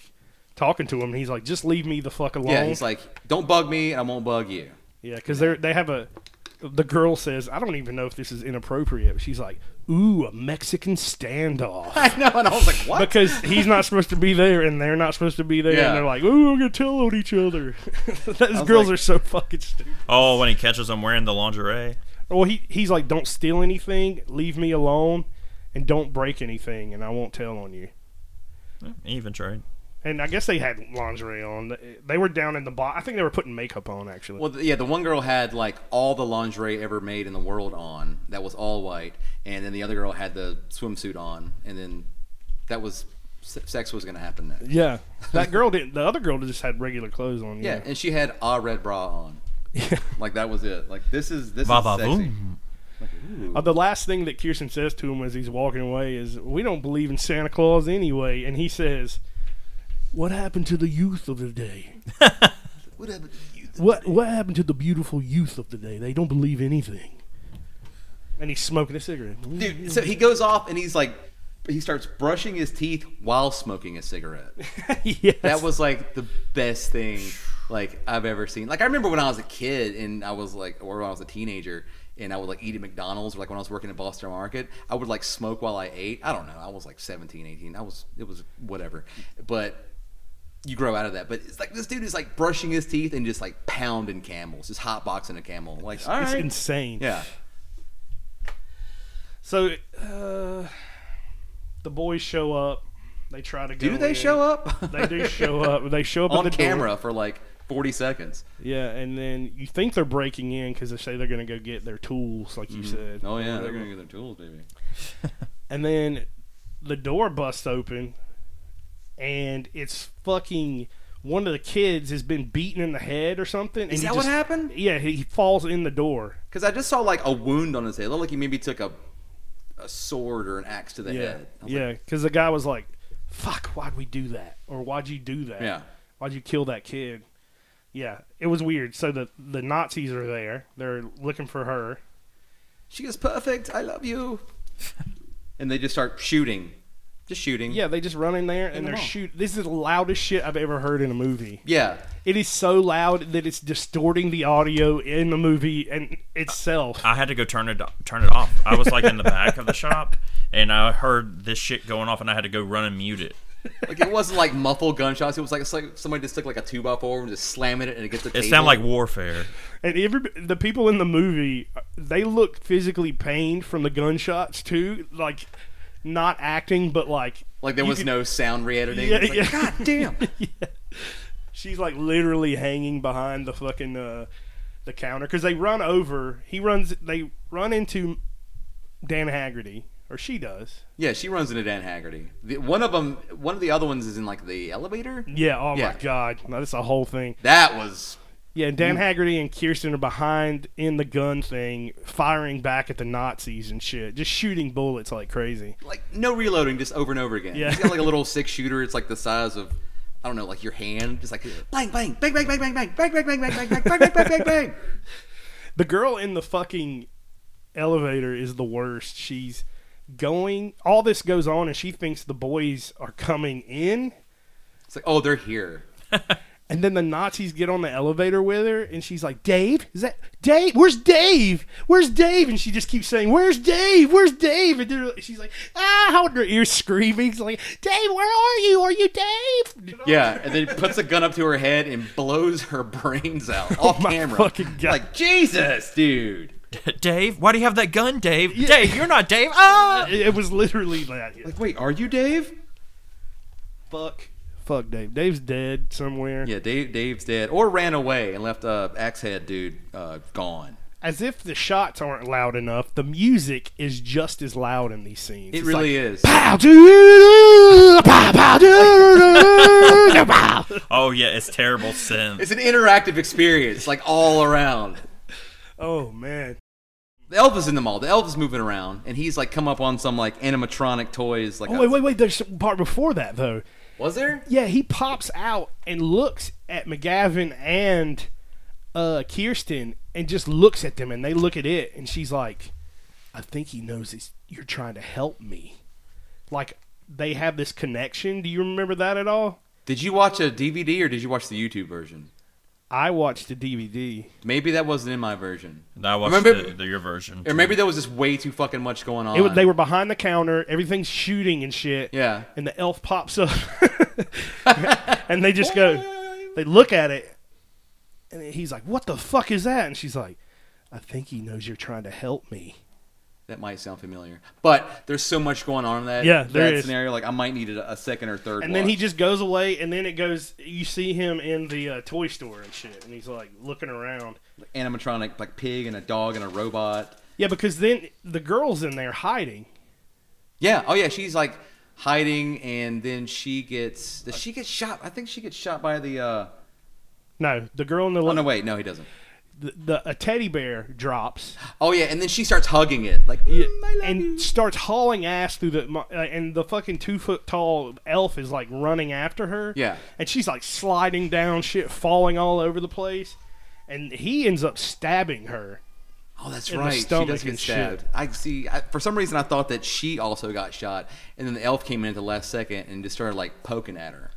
talking to them. And he's like, just leave me the fuck alone.
Yeah, he's like, don't bug me, and I won't bug you.
Yeah, because they they have a. The girl says, "I don't even know if this is inappropriate." But she's like, "Ooh, a Mexican standoff,"
I know, and I was like, what?
because he's not supposed to be there, and they're not supposed to be there,
Yeah.
and they're like, "Ooh, we're gonna tell on each other." Those girls
like-
are so fucking stupid.
Oh, when he catches him wearing the lingerie.
Well, he he's like, "Don't steal anything, leave me alone, and don't break anything, and I won't tell on you."
Even trade.
And I guess they had lingerie on. They were down in the box. I think they were putting makeup on actually.
Well, th- yeah, the one girl had like all the lingerie ever made in the world on. That was all white, and then the other girl had the swimsuit on, and then that was se- sex was going to happen next.
yeah, that girl didn't. The other girl just had regular clothes on.
Yeah, and she had a red bra on.
Yeah.
Like that was it. Like this is this
Ba
is
ba
sexy.
boom.
Uh, the last thing that Kirsten says to him as he's walking away is, "We don't believe in Santa Claus anyway." And he says, "What happened to the youth of the day?
What happened to you?
What what happened to the beautiful youth of the day? They don't believe anything." And he's smoking a cigarette.
Dude, so he goes off and he's like, he starts brushing his teeth while smoking a cigarette.
yes.
That was like the best thing like I've ever seen. Like I remember when I was a kid and I was like, or when I was a teenager and I would like eat at McDonald's or like when I was working at Boston Market, I would like smoke while I ate. I don't know. I was like 17, 18. I was, it was whatever. But you grow out of that. But it's like this dude is like brushing his teeth and just like pounding camels, just hot boxing a camel. Like, all
it's
right.
insane.
yeah.
So, uh, the boys show up. They try to go.
Do they
in.
show up?
They do show up. They show up at
on
the door.
camera for like 40 seconds.
Yeah, and then you think they're breaking in because they say they're going to go get their tools, like you said.
Oh yeah, they're gonna get their tools, baby.
And then the door busts open, and it's fucking one of the kids has been beaten in the head or something. and
Is
he
that what
just-
happened?
Yeah, he falls in the door.
Because I just saw like a wound on his head. It looked like he maybe took a a sword or an axe to the
Yeah,
head. I was
yeah,
like,
because the guy was like, "Fuck, why'd we do that? Or why'd you do that?
Yeah.
why'd you kill that kid?" Yeah, it was weird. So the the Nazis are there. They're looking for her.
she is perfect. I love you. and they just start shooting, just shooting.
Yeah, they just run in there and they're shoot. This is the loudest shit I've ever heard in a movie.
yeah.
It is so loud that it's distorting the audio in the movie and itself.
I had to go turn it turn it off. I was like in the back of the shop, and I heard this shit going off, and I had to go run and mute it.
Like it wasn't like muffled gunshots. It was like it's like somebody just took like a two by four and just slamming it and it gets the.
It
table.
sounded like warfare.
And every the people in the movie, they look physically pained from the gunshots too. Like not acting, but like
like there
you
was
could-
no sound re-editing.
Yeah,
It's like,
yeah.
God damn.
she's like literally hanging behind the fucking uh, the counter because they run over. He runs. They run into Dan Haggerty, or she does.
Yeah, she runs into Dan Haggerty. The, one of them, one of the other ones is in like the elevator.
Yeah. Oh
Yeah.
my god, now, that's a whole thing.
That was
Yeah, and Dan Haggerty and Kirsten are behind in the gun thing, firing back at the Nazis and shit, just shooting bullets like crazy.
like no reloading, just over and over again.
Yeah.
He's got like a little six shooter. It's like the size of I don't know, like your hand. Just like bang, bang, bang, bang, bang, bang, bang, bang, bang, bang, bang, bang, bang, bang, bang, bang, bang, bang.
The girl in the fucking elevator is the worst. She's going. All this goes on, and she thinks the boys are coming in.
It's like oh, they're here.
And then the Nazis get on the elevator with her, and she's like, "Dave, is that Dave? Where's Dave? Where's Dave?" And she just keeps saying, "Where's Dave? Where's Dave?" And they're- she's like, "Ah!" Holding her ears, screaming, She's like, "Dave, where are you? Are you Dave?"
Yeah, and then he puts a gun up to her head and blows her brains out off
Oh my
camera.
fucking God.
Like Jesus, dude.
Dave, why do you have that gun, Dave? Dave, you're not Dave. Ah!
It it was literally that.
Like wait, are you Dave?
Fuck. Fuck Dave. Dave's dead somewhere.
Yeah, Dave. Dave's dead or ran away and left uh, axe head dude uh, gone.
As if the shots aren't loud enough, the music is just as loud in these scenes.
It
It's like,
really is.
"Pow, doo, pow, pow, doo, doo, doo, pow."
Oh yeah, it's terrible sin.
It's an interactive experience, like all around.
Oh man.
The elf is in the mall. The elf is moving around, and he's like come up on some like animatronic toys. Like,
Oh,
a-
wait, wait, wait. There's some part before that though.
was there?
Yeah, he pops out and looks at McGavin and uh, Kirsten and just looks at them and they look at it and she's like, I think he knows it's, you're trying to help me. Like, they have this connection. Do you remember that at all?
Did you watch a DVD or did you watch the YouTube version?
I watched the DVD.
Maybe that wasn't in my version,
I watched
Remember-
the, the, your version.
or maybe there was just way too fucking much going on.
It, was- they were behind the counter, everything's shooting and shit.
Yeah.
And the elf pops up and they just go, they look at it and he's like, What the fuck is that? And she's like, I think he knows you're trying to help me.
That might sound familiar, but there's so much going on in that
Yeah, there
that
is.
scenario. Like I might need a, a second or third.
And then
watch.
he just goes away, and then it goes. You see him in the uh, toy store and shit, and he's like looking around.
animatronic like pig and a dog and a robot.
Yeah, because then the girl's in there hiding.
Yeah. Oh yeah. She's like hiding, and then she gets. Does she get shot? I think she gets shot by the. uh
No, the girl in the
Oh no! Wait. No, he doesn't.
the, the a teddy bear drops
Oh yeah, and then she starts hugging it like. "Mm, I love
and
you."
starts hauling ass through the mo- uh, and the fucking two foot tall elf is like running after her.
Yeah.
and she's like sliding down, shit falling all over the place, and he ends up stabbing her.
Oh, that's
in the
right. She
stomach
does
and
get
shit.
stabbed. I see. I, for some reason, I thought that she also got shot, and then the elf came in at the last second and just started like poking at her.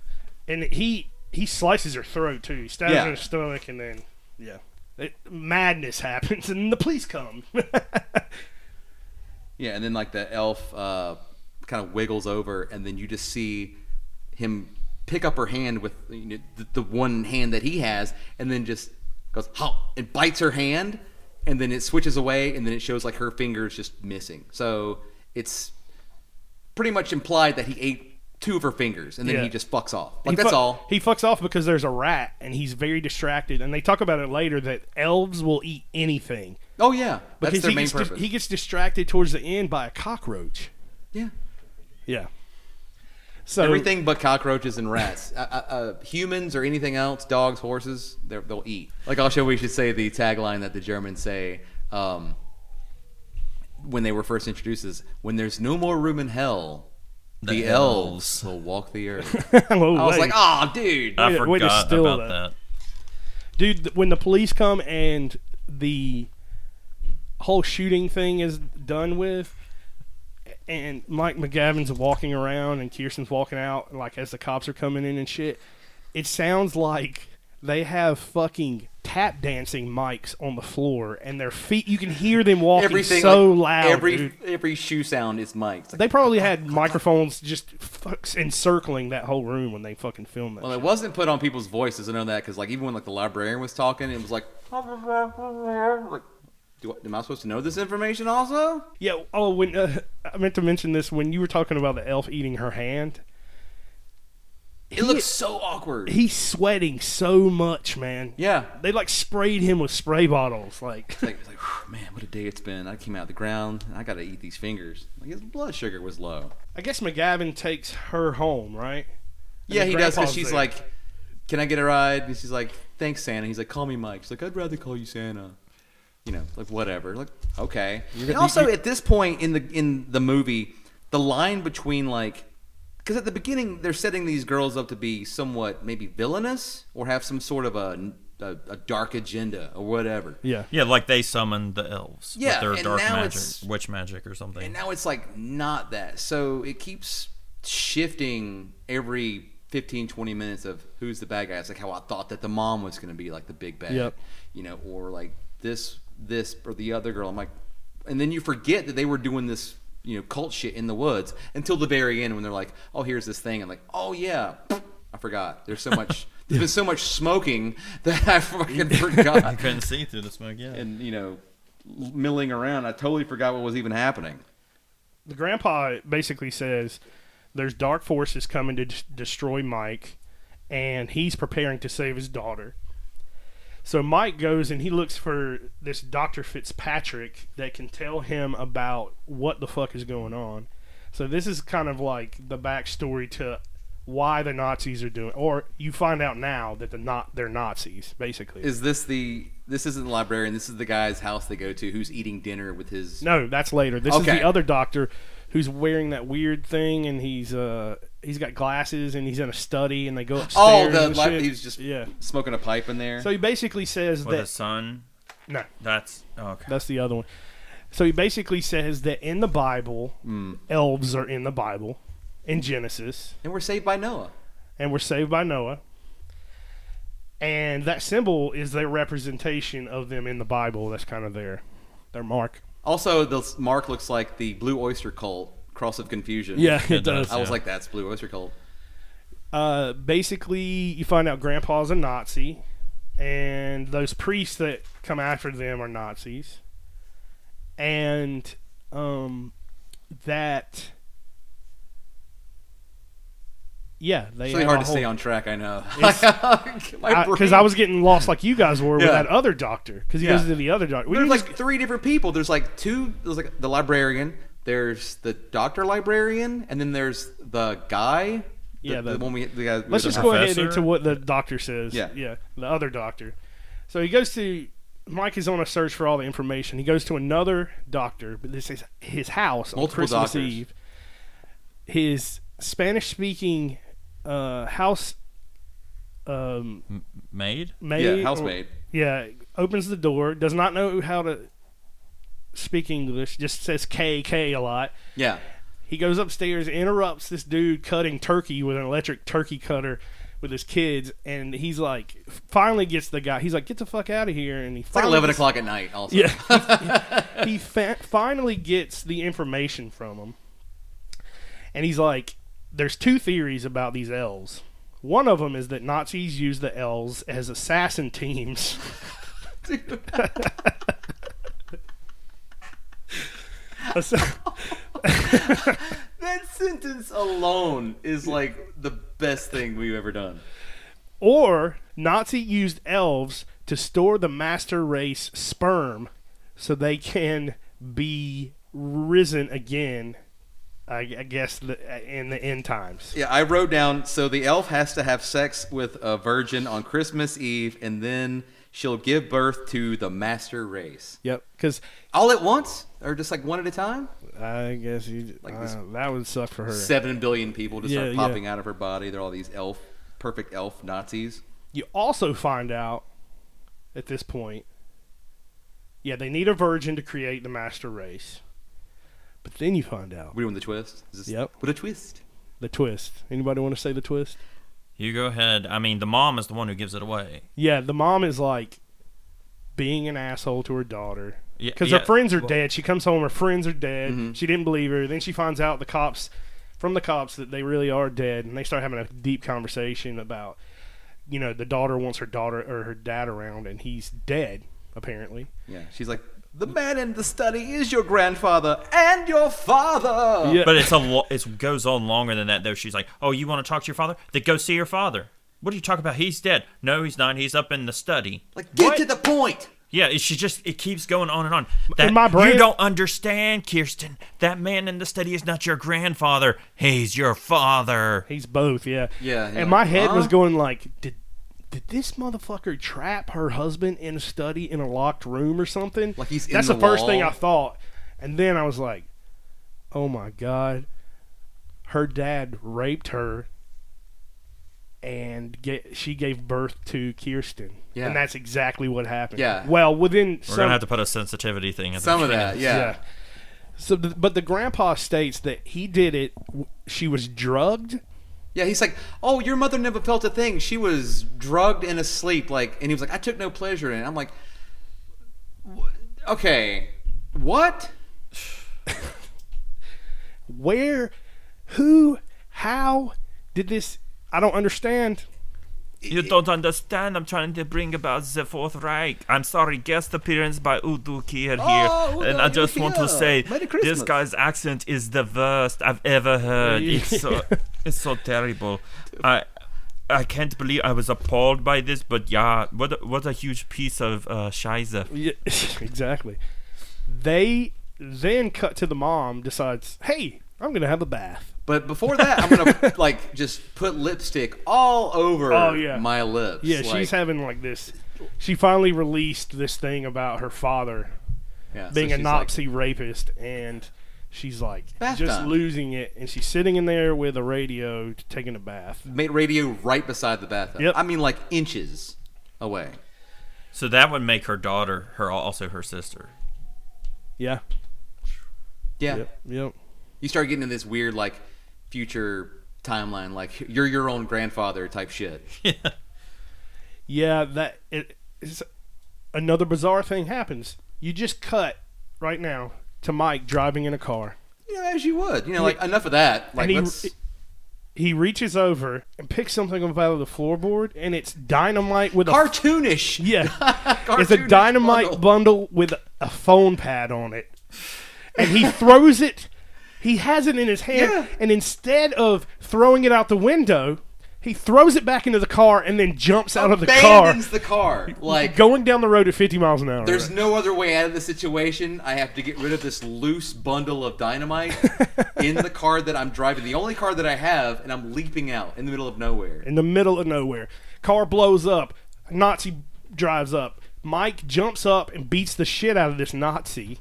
and he he slices her throat too. He stabs
Yeah.
her in the stomach, and then yeah, it, madness happens, and the police come.
Yeah, and then like the elf uh, kind of wiggles over, and then you just see him pick up her hand with you know, the, the one hand that he has, and then just goes hop and bites her hand, and then it switches away, and then it shows like her fingers just missing. So it's pretty much implied that he ate two of her fingers, and then
Yeah.
he just fucks off. Like
He
that's
fu-
all.
He fucks off because there's a rat, and he's very distracted. And they talk about it later that elves will eat anything
Oh yeah,
because
that's their
he,
main
gets dis-
purpose.
he gets distracted towards the end by a cockroach.
yeah.
Yeah. So
Everything but cockroaches and rats. uh, uh, uh, humans or anything else, dogs, horses, they're- they'll eat. Like also, we should say the tagline that the Germans say um, when they were first introduced is, "When there's no more room in hell, the, elves. will walk the earth."
Whoa,
I was
wait.
like, "Oh, dude."
I
Way to- way to
forgot
steal that.
about that.
dude, th- when the police come and the whole shooting thing is done with, and Mike McGavin's walking around and Kirsten's walking out, like as the cops are coming in and shit, it sounds like they have fucking tap dancing mics on the floor and their feet. You can hear them walking
Everything
so
like,
loud.
Every
dude.
every shoe sound is mics. Like,
They probably had microphones just fucks encircling that whole room when they fucking filmed that.
well,
shit.
it wasn't put on people's voices. I know that because like even when like the librarian was talking, it was like, like do I, am I supposed to know this information also?
Yeah. Oh, when uh, I meant to mention this when you were talking about the elf eating her hand,
It looks so awkward.
he's sweating so much, man.
yeah.
They like sprayed him with spray bottles. Like,
It's like, it's like whew, man, what a day it's been. I came out of the ground and I got to eat these fingers. Like his blood sugar was low.
I guess McGavin takes her home, right? And
yeah,
his
he does because
grandpa's
she's
there.
like, can I get a ride? And she's like, thanks, Santa. He's like, call me Mike. She's like, I'd rather call you Santa. You know, like whatever. Like okay. And also at this point in the in the movie, the line between like, because at the beginning they're setting these girls up to be somewhat maybe villainous or have some sort of a a, a dark agenda or whatever.
yeah.
Yeah, like they summoned the elves
Yeah,
with their
and
dark
now
magic,
it's-
witch magic, or something.
And now it's like not that. So it keeps shifting every 15, 20 minutes of who's the bad guy. It's like how I thought that the mom was going to be like the big bad.
Yep.
You know, or like this, this, or the other girl. I'm like, and then you forget that they were doing this, you know, cult shit in the woods until the very end when they're like, oh, here's this thing. I'm like, oh, yeah. I forgot. There's so much. There's been so much smoking that I fucking
I
forgot.
couldn't see through the smoke. Yeah,
And you know, milling around, I totally forgot what was even happening.
The grandpa basically says there's dark forces coming to d- destroy Mike, and he's preparing to save his daughter. So Mike goes and he looks for this Dr. Fitzpatrick that can tell him about what the fuck is going on. So this is kind of like the backstory to why the Nazis are doing, or you find out now that the not they're Nazis basically.
Is this the this isn't the librarian, this is the guy's house they go to who's eating dinner with his
No, that's later. This is
Okay.
the other doctor who's wearing that weird thing and he's uh he's got glasses and he's in a study and they go upstairs.
Oh, the
and
li-
shit.
he was just
yeah.
smoking a pipe in there.
So he basically says
with
that
the sun.
no,
That's okay.
that's the other one. So he basically says that in the Bible,
Hmm.
elves are in the Bible, in Genesis,
and we're saved by Noah.
and were saved by Noah. And that symbol is their representation of them in the Bible. That's kind of their their mark.
Also, the s- mark looks like the blue oyster cult cross of confusion.
it
does.
I was
Yeah.
like, that's blue oyster cult.
uh, basically, you find out Grandpa's a Nazi, and those priests that come after them are Nazis. And um, that yeah, they
It's really
have
hard
a
to stay
whole-
on track. I know.
It's-
My
because
brain-
I, was getting lost like you guys were with
Yeah.
that other doctor because he
Yeah.
goes to the other doctor. We
There's
can
like
just-
three different people. There's like two. There's like the librarian. There's the doctor librarian, and then there's the guy. The,
Yeah, the-
the one we the guy. with
let's
the-
just go ahead
professor?
into what the doctor says.
Yeah.
yeah, the other doctor. So he goes to Mike is on a search for all the information. He goes to another doctor, but this is his house on
Multiple
Christmas
doctors.
Eve. His Spanish speaking uh, house um,
Made?
maid,
Yeah,
or-
housemaid.
yeah, opens the door, does not know how to speak English, just says K K a lot.
Yeah,
He goes upstairs, interrupts this dude cutting turkey with an electric turkey cutter with his kids, and he's like, finally gets the guy. He's like, get the fuck out of here! And he
it's like
finally
eleven
gets-
o'clock at night. Also,
Yeah, he, fa- finally gets the information from him, and he's like, "There's two theories about these elves. One of them is that Nazis use the elves as assassin teams." Assa-
that sentence alone is like the best thing we've ever done.
Or Nazi used elves to store the master race sperm so they can be risen again. I, I guess the, in the end times.
Yeah, I wrote down so the elf has to have sex with a virgin on Christmas Eve, and then she'll give birth to the master race.
Yep. Because
All at once, or just like one at a time?
I guess you,
Like this-
uh, that would suck for her.
Seven billion people just
Yeah,
start
yeah.
popping out of her body. They're all these elf, perfect elf Nazis.
You also find out at this point. Yeah, they need a virgin to create the master race. But then you find out
We doing the twist? Is this,
Yep.
What a twist!
the twist. Anybody want to say the twist?
You go ahead. I mean, the mom is the one who gives it away.
Yeah, the mom is like being an asshole to her daughter
Yeah,
because
yeah. Mm-hmm.
her friends are dead. She comes home, her friends are dead. She didn't believe her. Then she finds out the cops from the cops that they really are dead, and they start having a deep conversation about you know the daughter wants her daughter or her dad around, and he's dead apparently.
Yeah, she's like the man in the study is your grandfather and your father.
Yeah.
But it's a lo- it goes on longer than that though. She's like, "Oh, you want to talk to your father? Then go see your father." What are you talking about? He's dead. No, he's not. He's up in the study.
Like get
What?
to the point.
Yeah, it- she just it keeps going on and on. That,
my brain-
you don't understand, Kirsten. That man in the study is not your grandfather. He's your father.
He's both, yeah.
Yeah, yeah.
And my head was
Huh?
going like, did did this motherfucker trap her husband in a study in a locked room or something?
Like he's in
That's
the
first thing
wall?
I thought. And then I was like, oh my god, her dad raped her. And get, she gave birth to Kirsten,
Yeah.
and that's exactly what happened.
Yeah.
Well, within
We're
some,
gonna have to put a sensitivity thing. At
Some
the
of that,
beginning.
yeah.
So, the, but the grandpa states that he did it. w- She was drugged,
Yeah, he's like, oh, your mother never felt a thing. She was drugged and asleep. Like, and he was like, I took no pleasure in it. I'm like, "Wh- okay, what?
where who how did this i don't understand
You don't understand. I'm trying to bring about the Fourth Reich. I'm sorry, guest appearance by Udo Kier here.
Oh, Udo,
and I just
you're
want
here.
to say,
Merry
this
Christmas.
guy's accent is the worst I've ever heard. It's so, it's so terrible. I, I can't believe I was appalled by this, but yeah, what a, what a huge piece of uh, scheiße.
Yeah, exactly they then cut to the mom decides hey i'm gonna have a bath
But before that, I'm gonna like just put lipstick all over
Oh, yeah.
my lips.
yeah
like,
she's having like this she finally released this thing about her father
yeah, so
being a
she's like-
nazi rapist and she's like
Bath
just
time.
losing it and she's sitting in there with a radio taking a bath
made radio right beside the bathroom.
Yep.
I mean, like inches away.
So that would make her daughter, her also her sister.
yeah
Yeah,
yep yep
you start getting in this weird like future timeline, like you're your own grandfather type shit.
Yeah, that it is another bizarre thing happens. You just cut right now to Mike driving in a car.
you know, as you would. You know, like enough of that. Like
he-
let's.
He reaches over and picks something up out of the floorboard, and it's dynamite with a
cartoonish.
yeah, it's a
Cartoonish
dynamite
bundle.
bundle with a phone pad on it. and he throws it. He has it in his hand, and instead of throwing it out the window, he throws it back into the car and then jumps out of the car,
Abandons the car. Like
going down the road at 50 miles an hour.
There's no other way out of the situation. I have to get rid of this loose bundle of dynamite in the car that I'm driving, the only car that I have, and I'm leaping out in the middle of nowhere.
in the middle of nowhere. Car blows up. Nazi drives up. Mike jumps up and beats the shit out of this Nazi.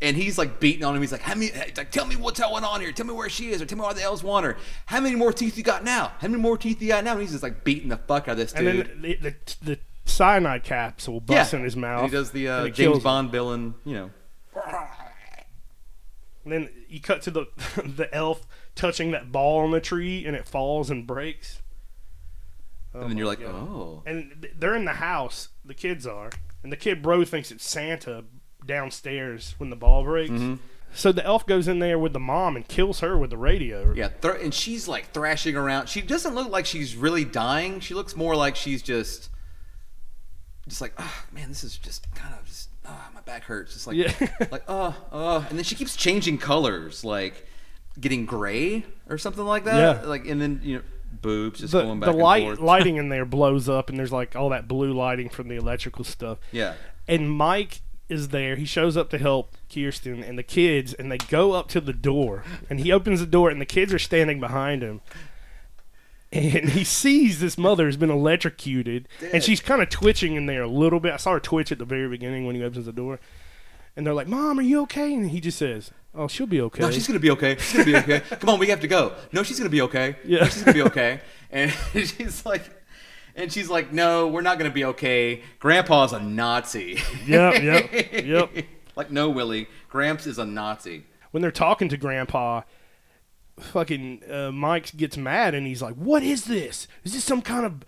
And he's like beating on him. He's like, "How many? he's like, tell me what's going on here. Tell me where she is, or tell me why the elves want her. How many more teeth you got now? How many more teeth you got now?" And he's just like beating the fuck out of this dude.
And then the, the, the cyanide capsule busts in his
And
mouth.
he does the uh,
and it
James
kills him.
Bond villain, you know.
And then you cut to the the elf touching that ball on the tree, and it falls and breaks.
and then you're like, "Oh,
And th- they're in the house. The kids are, and the kid bro thinks it's Santa downstairs when the ball breaks.
Mm-hmm.
So the elf goes in there with the mom and kills her with the radio.
Yeah, thr and she's like thrashing around. She doesn't look like she's really dying. She looks more like she's just, just like, oh, man, this is just kind of just, ah, my back hurts. Just like,
Yeah.
like, oh, oh. And then she keeps changing colors, like getting gray or something like that.
Yeah.
Like, and then you know, boobs just
the,
going back
the
and
light
forth.
lighting in there blows up and there's like all that blue lighting from the electrical stuff
Yeah.
and mike is there he shows up to help kirsten and the kids and they go up to the door and he opens the door and the kids are standing behind him and he sees this mother has been electrocuted and she's kind of twitching in there a little bit i saw her twitch at the very beginning when he opens the door and they're like mom are you okay and he just says oh she'll be okay
No, she's gonna be okay. She's gonna be okay. Come on, we have to go. No, she's gonna be okay. Yeah,
Yeah.
she's gonna be okay. And she's like, and she's like, no, we're not gonna be okay. Grandpa's a Nazi.
yep yep yep
like, no, Willie, Gramps is a Nazi.
when they're talking to grandpa fucking uh, mike gets mad and he's like what is this is this some kind of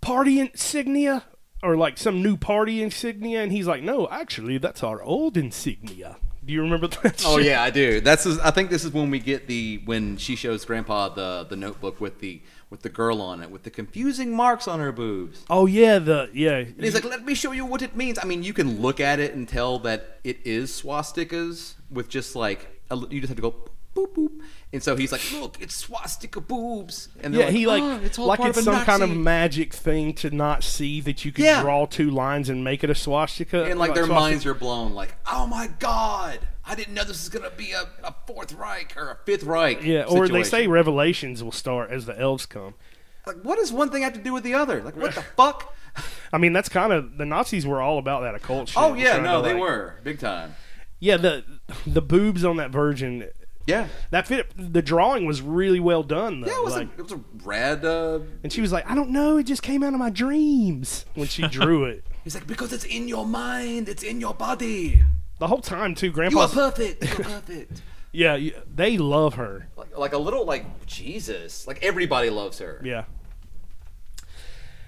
party insignia or like some new party insignia and he's like no actually that's our old insignia do you remember that
Oh
shit?
yeah, I do. That's is, I think this is when we get the when she shows Grandpa the the notebook with the with the girl on it with the confusing marks on her boobs.
oh yeah the yeah
And he's like, let me show you what it means. I mean, you can look at it and tell that it is swastikas with just like, a, li- you just have to go boop, boop. And so he's like, look, it's swastika boobs. And they're
yeah, he like
"Oh, all
like
part
it's
a
some kind of
Nazi."
magic thing to not see that you could
Yeah.
draw two lines and make it a swastika.
And like their
swastika-
minds are blown, like, oh my God, I didn't know this is going to be a, a Fourth Reich or a Fifth Reich.
yeah, or they say
situation.
revelations will start as the elves come.
Like, what does one thing have to do with the other? Like, what the fuck?
I mean, that's kind of the Nazis were all about that occult shit.
Oh, yeah,
trying
no,
to,
they
like-
were. Big time.
Yeah, the the boobs on that virgin
Yeah.
that fit the drawing was really well done though.
Yeah, it was,
like,
a, it was a rad uh,
and she was like, I don't know, it just came out of my dreams when she drew it.
He's like, because it's in your mind, it's in your body.
The whole time too,
You
Grandpa.
are perfect. You're perfect.
yeah, you- they love her.
like, like a little like Jesus. Like everybody loves her.
Yeah.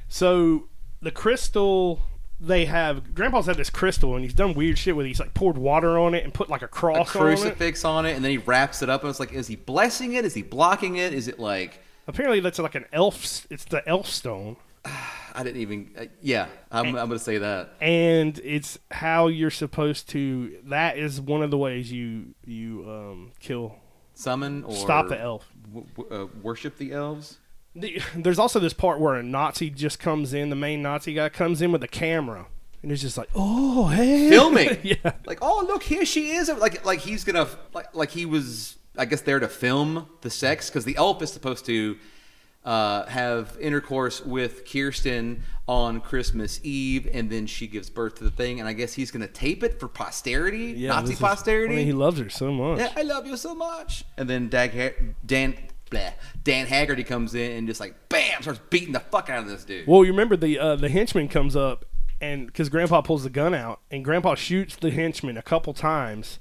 So the crystal they have Grandpa's had this crystal and he's done weird shit with it. He's like poured water on it and put like a
A
cross on it.
crucifix on it, and then he wraps it up. And it's like, is he blessing it? Is he blocking it? Is it like
Apparently that's like an elf s- it's the elf stone.
I didn't even? Uh, yeah, I'm, I'm gonna say that.
and it's how you're supposed to that is one of the ways you you um kill
Summon or
stop the elf
W- w- uh, worship the elves.
The- there's also this part where a nazi just comes in the main nazi guy comes in with a camera and it's just like oh hey
Filming.
yeah
Like, oh look, here she is. Like, like he's gonna like like he was. I guess there to film the sex because the elf is supposed to uh, have intercourse with Kirsten on Christmas Eve, and then she gives birth to the thing. And I guess he's gonna tape it for posterity,
yeah
Nazi
this is-
posterity.
I mean, he loves her so much
yeah, I love you so much. And then Dag ha- Dan bleh, Dan Haggerty comes in and just like bam starts beating the fuck out of this dude.
well you remember the uh, the henchman comes up and because grandpa pulls the gun out and grandpa shoots the henchman a couple times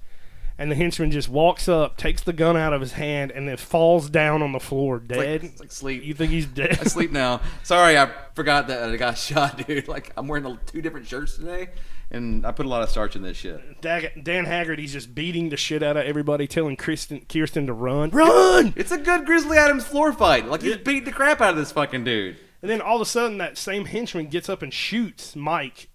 and the henchman just walks up, takes the gun out of his hand, and then falls down on the floor
like-
dead.
it's like sleep.
You think he's dead?
I sleep now. Sorry, I forgot that I got shot, dude. Like I'm wearing two different shirts today, and I put a lot of starch in this shit.
Dag- Dan Haggerty's just beating the shit out of everybody, telling Kristen, Kirsten to run, run.
It's a good Grizzly Adams floor fight. Like he's beating the crap out of this fucking dude.
And then all of a sudden, that same henchman gets up and shoots Mike.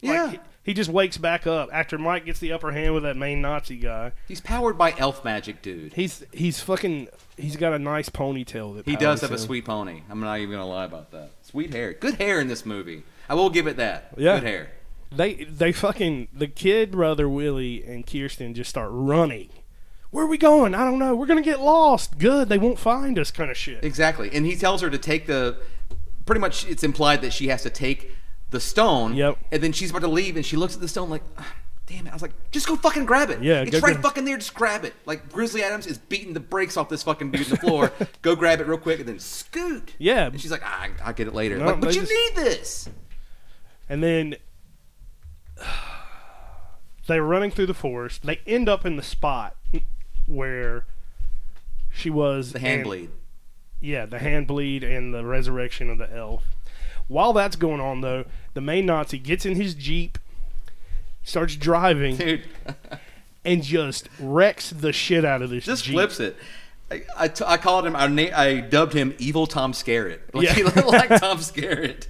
Like,
Yeah.
he- He just wakes back up after Mike gets the upper hand with that main Nazi guy.
He's powered by elf magic, dude.
He's he's fucking. He's got a nice ponytail. That
He does
powers
have a
him.
sweet pony. I'm not even gonna lie about that. Sweet hair, good hair in this movie. I will give it that.
Yeah.
good hair.
They they fucking the kid brother Willie and Kirsten just start running. Where are we going? I don't know. We're gonna get lost. Good, they won't find us. Kind of shit.
Exactly. And he tells her to take the. Pretty much, it's implied that she has to take the stone.
Yep.
And then she's about to leave, and she looks at the stone like, "Ah, "Damn it!" I was like, "Just go fucking grab it.
Yeah,
It's
go
right
grab-
fucking there. Just grab it." Like Grizzly Adams is beating the brakes off this fucking dude in the floor. go grab it real quick, and then scoot.
Yeah.
And she's like, ah, "I'll get it later."
No,
like, but
they
you
just-
need this.
And then they're running through the forest. They end up in the spot where she was
The hand
and-
bleed.
Yeah, the hand bleed and the resurrection of the elf. While that's going on, though, the main Nazi gets in his jeep, starts driving,
Dude,
and just wrecks the shit out of this.
just
jeep.
flips it. I, I, t- I called him. I, na- I dubbed him Evil Tom Skerritt. Like,
Yeah.
He looked like Tom Skerritt.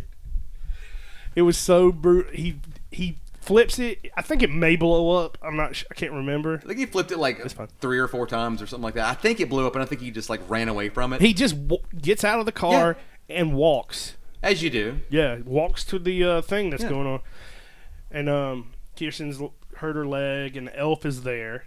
It was so brutal. He he flips it. I think it may blow up. I'm not. Sh- I can't remember.
I think he flipped it like
fine.
three or four times or something like that. I think it blew up, and I think he just like ran away from it,
He just w- gets out of the car and walks.
as you do.
Yeah, walks to the uh, thing that's
Yeah.
going on, and um, Kirsten's l- hurt her leg, and the elf is there.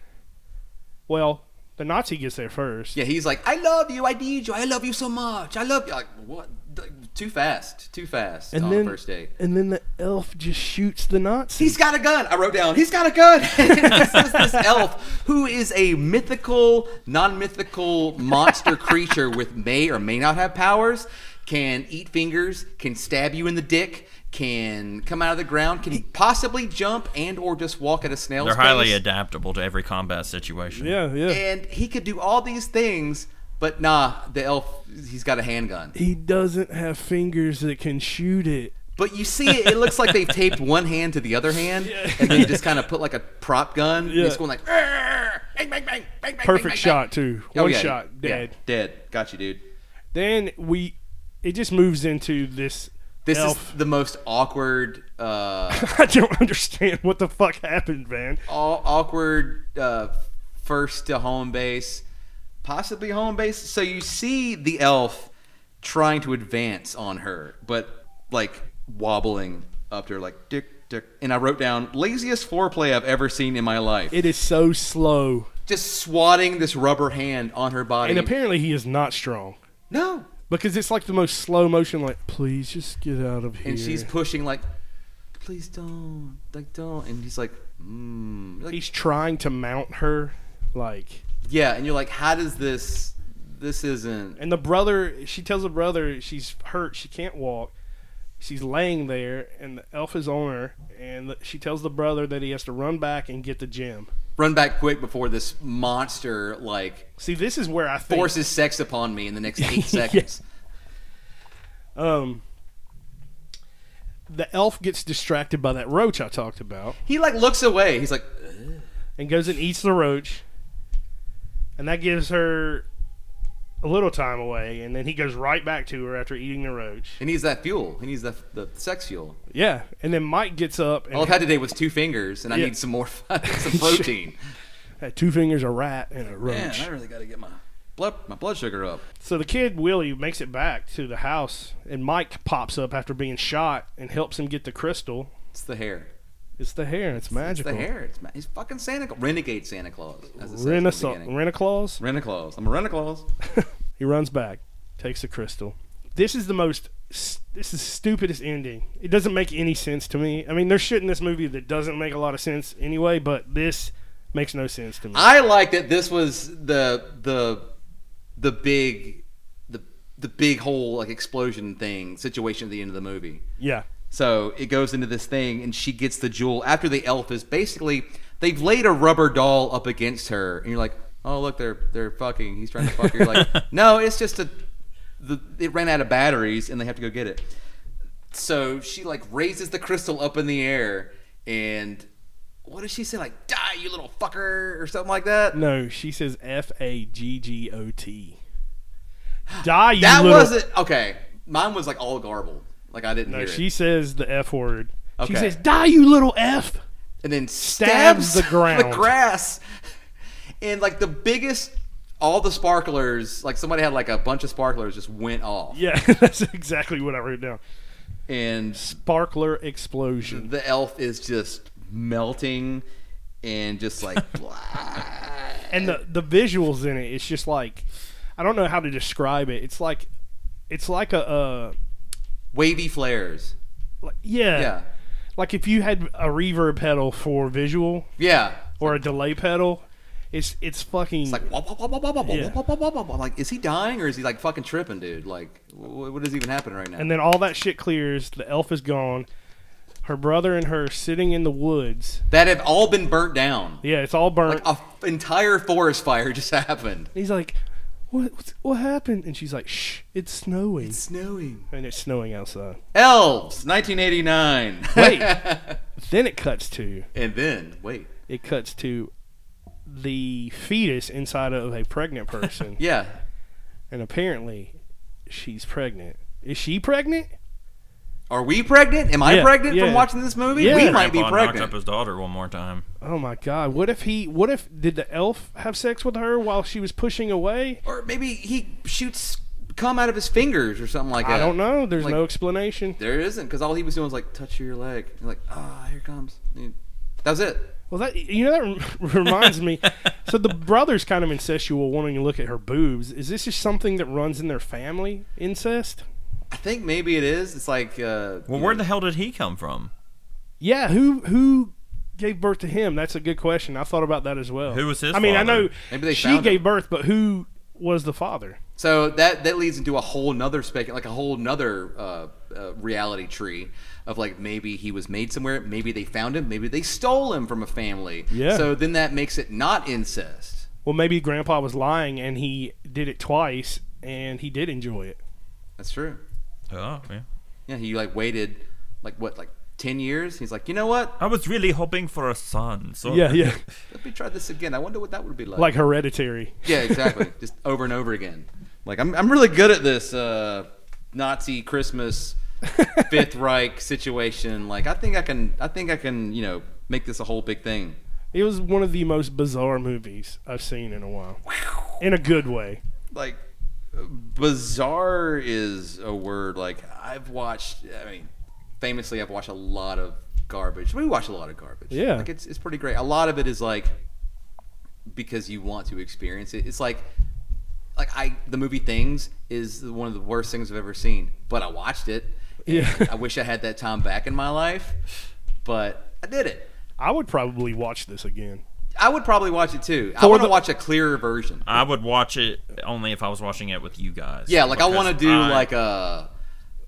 Well, the Nazi gets there first.
Yeah, he's like, "I love you, I need you, I love you so much, I love you." Like what? Like, Too fast, too fast
and
on
then
the first date.
and then the elf just shoots the Nazi.
He's got a gun. I wrote down. He's got a gun. this is this elf who is a mythical, non-mythical monster creature with may or may not have powers. Can eat fingers. Can stab you in the dick. Can come out of the ground. Can possibly jump and or just walk at a snail's
They're highly
pace.
adaptable to every combat situation.
yeah, yeah.
and he could do all these things, but nah, the elf, he's got a handgun.
he doesn't have fingers that can shoot it.
But you see, it, it looks like they've taped one hand to the other hand, and then just kind of put like a prop gun. And
Yeah.
it's going like, "Arr! bang, bang, bang, bang, bang, bang,
Perfect
bang."
shot too.
Oh,
One
yeah,
shot,
yeah,
dead.
dead. Got you, dude.
Then we, it just moves into this.
This
elf.
is the most awkward, uh,
I don't understand what the fuck happened, man.
all awkward uh, first to home base, possibly home base. So you see the elf trying to advance on her, but like wobbling up to her, like dick, dick. And I wrote down laziest foreplay I've ever seen in my life.
It is so slow,
Just swatting this rubber hand on her body.
and apparently he is not strong
no,
because it's like the most slow motion. Like, please just get out of here.
and she's pushing like, please don't, like don't. And he's like, mm. like
he's trying to mount her, like,
yeah. And you're like, how does this? This isn't.
and the brother. She tells the brother she's hurt. She can't walk. She's laying there, and the elf is on her, and the- she tells the brother that he has to run back and get the gem.
Run back quick before this monster like
See, this is where I think
forces sex upon me in the next
Yeah.
eight seconds.
um, the elf gets distracted by that roach I talked about.
He like looks away. He's like, "Ugh."
and goes and eats the roach. And that gives her a little time away. And then he goes right back to her after eating the roach.
he needs that fuel. He needs the, the sex fuel.
Yeah. And then Mike gets up and
All I've had today was two fingers, and I
Yeah.
need some more, some protein.
had two fingers, a rat, and a roach.
Man, I really got to get my blood my blood sugar up.
So the kid, Willie, makes it back to the house. And Mike pops up after being shot and helps him get the crystal.
It's the hair.
It's the hair. It's
It's
magical.
the hair. It's ma- he's fucking Santa Claus. Renegade Santa Claus. As it says in the
Renaissance.
beginning.
Renaclaus.
Rena Claus. I'm a Rena Claus.
He runs back, takes the crystal. This is the most. This is stupidest ending. It doesn't make any sense to me. I mean, there's shit in this movie that doesn't make a lot of sense anyway, but this makes no sense to me.
I like that this was the the the big the the big whole like explosion thing situation at the end of the movie.
yeah,
So it goes into this thing, and she gets the jewel after the elf is basically they've laid a rubber doll up against her, and you're like, oh look, they're they're fucking. He's trying to fuck her. You're like, no, it's just a the, it ran out of batteries, and they have to go get it. So she like raises the crystal up in the air, and what does she say? Like, die, you little fucker, or something like that.
no, she says F A G G O T. Die, you
that
little.
wasn't okay. Mine was like all garbled. Like I didn't
no,
hear
she
it.
says the F word.
Okay.
She says, "Die, you little f."
and then
Stabs
stabs,
the ground.
the grass. And like the biggest, all the sparklers, like somebody had like a bunch of sparklers just went off.
Yeah, that's exactly what I wrote down.
And
Sparkler explosion.
the elf is just melting and just like,
and the the visuals in it it's just like i don't know how to describe it it's like it's like a uh
wavy flares.
like, yeah,
Yeah.
like if you had a reverb pedal for visual
Yeah.
or a delay pedal it's it's fucking
It's like, wop, wop, wop, wop, wop, wop,
Yeah.
wop, wop, wop, wop. I'm like, is he dying or is he like fucking tripping, dude? Like, wh- what is even happening right now?
and then all that shit clears the elf is gone her brother and her sitting in the woods
that have all been burnt down.
yeah it's all burnt
Like uh, a f- entire forest fire just happened.
he's like what what's- what happened and she's like shh it's snowing
It's snowing.
and it's snowing outside
Elves, 1989.
wait then it cuts to
and then, wait.
it cuts to the fetus inside of a pregnant person
Yeah.
and apparently she's pregnant is she pregnant
Are we pregnant? Am I
Yeah,
pregnant
yeah.
from watching this movie?
Yeah.
We might be
Grandpa knocked
pregnant.
up his daughter one more time.
oh my god what if he what if did the elf have sex with her while she was pushing away
or maybe he shoots cum out of his fingers or something like that.
i don't know there's
Like-
no explanation
There isn't, because all he was doing was like, touch your leg. And like, ah, here it comes. And That was it.
well that you know that rem- reminds me so the brother's kind of incestual wanting to look at her boobs is this just something that runs in their family incest
I think maybe it is. It's like, uh,
Well, where the hell did he come from?
yeah who who gave birth to him that's a good question i thought about that as well
Who was his
i mean i
father?
know
Maybe they
she
found
gave
him.
birth, but who was the father?
So that that leads into a whole nother spec, like a whole nother uh, uh, reality tree of like maybe he was made somewhere, maybe they found him, maybe they stole him from a family.
Yeah.
So then that makes it not incest.
Well, maybe Grandpa was lying and he did it twice, and he did enjoy it.
That's true.
Oh, yeah.
Yeah, he like waited, like what, like ten years? He's like, you know what?
I was really hoping for a son. So
Yeah, yeah,
Let me try this again. I wonder what that would be like.
like Hereditary.
yeah, exactly. Just over and over again. Like I'm I'm really good at this uh, Nazi Christmas Fifth Reich situation. Like I think I can I think I can you know make this a whole big thing.
It was one of the most bizarre movies I've seen in a while, in a good way.
like bizarre is a word like i've watched i mean famously i've watched a lot of garbage we watch a lot of garbage
Yeah.
like it's, it's pretty great a lot of it is like because you want to experience it it's like like i the movie things is one of the worst things i've ever seen but i watched it and
Yeah.
i wish i had that time back in my life but i did it
I would probably watch this again.
i would probably watch it too i want to
the-
watch a clearer version
I would watch it only if I was watching it with you guys.
Yeah, like I want to
Because
do
I-
like a,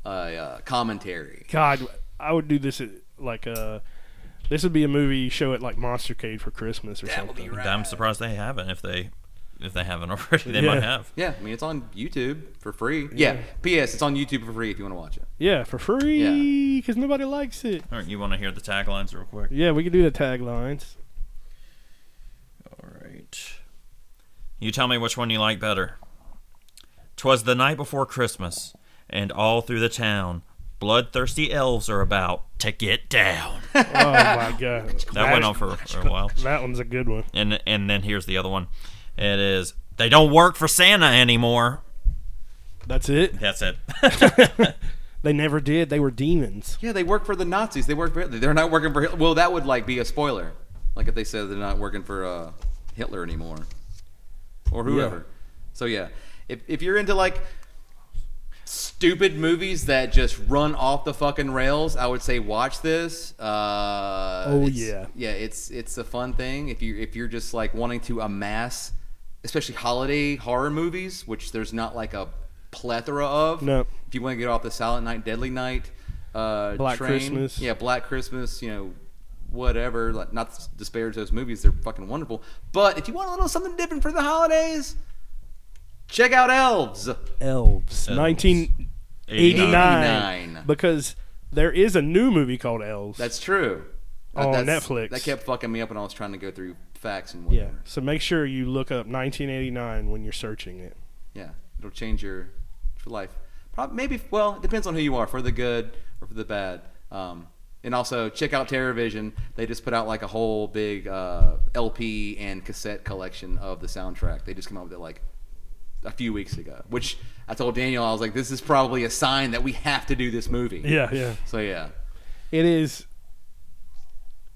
a, uh commentary.
God, I would do this at like uh This would be a movie you show at like Monstercade for Christmas or something.
I'm surprised they haven't. If they, if they haven't already, they
Yeah.
might have.
Yeah, I mean it's on YouTube for free. Yeah. P.S. It's on YouTube for free if you want to watch it.
Yeah, for free because nobody likes it.
All right, you want to hear the taglines real quick?
Yeah, we could do the taglines.
All right. You tell me which one you like better. 'Twas the night before Christmas, and all through the town, bloodthirsty elves are about to get down.
Oh my god,
That went on for for a while.
That one's a good one.
And and then here's the other one. It is they don't work for Santa anymore.
That's it.
That's it.
They never did. They were demons.
Yeah, they work for the Nazis. They work for Hitler. They're not working for Hitler. Well, that would like be a spoiler. Like if they said they're not working for uh, Hitler anymore or whoever. So yeah, if if you're into like stupid movies that just run off the fucking rails, I would say watch this. Uh,
Oh,
it's-
yeah.
yeah. It's it's a fun thing if you if you're just like wanting to amass, especially holiday horror movies, which there's not like a plethora of.
No.
If you want to get off the Silent Night, Deadly Night, uh,
Black
train,
Christmas.
yeah, Black Christmas, you know. Whatever, like, not to disparage those movies; they're fucking wonderful. But if you want a little something different for the holidays, check out Elves.
Elves. Nineteen eighty nine.
89.
Because there is a new movie called Elves.
That's true.
On
That's-
Netflix.
That kept fucking me up when I was trying to go through facts and
yeah.
whatever.
So make sure you look up nineteen eighty nine when you're searching it.
Yeah. It'll change your, your life. Probably, maybe, well, it depends on who you are, for the good or for the bad. Um, And also check out Terror Vision. They just put out like a whole big uh, LP and cassette collection of the soundtrack. They just came out with it like a few weeks ago, which I told Daniel I was like, this is probably a sign that we have to do this movie.
Yeah, yeah.
So yeah,
It is.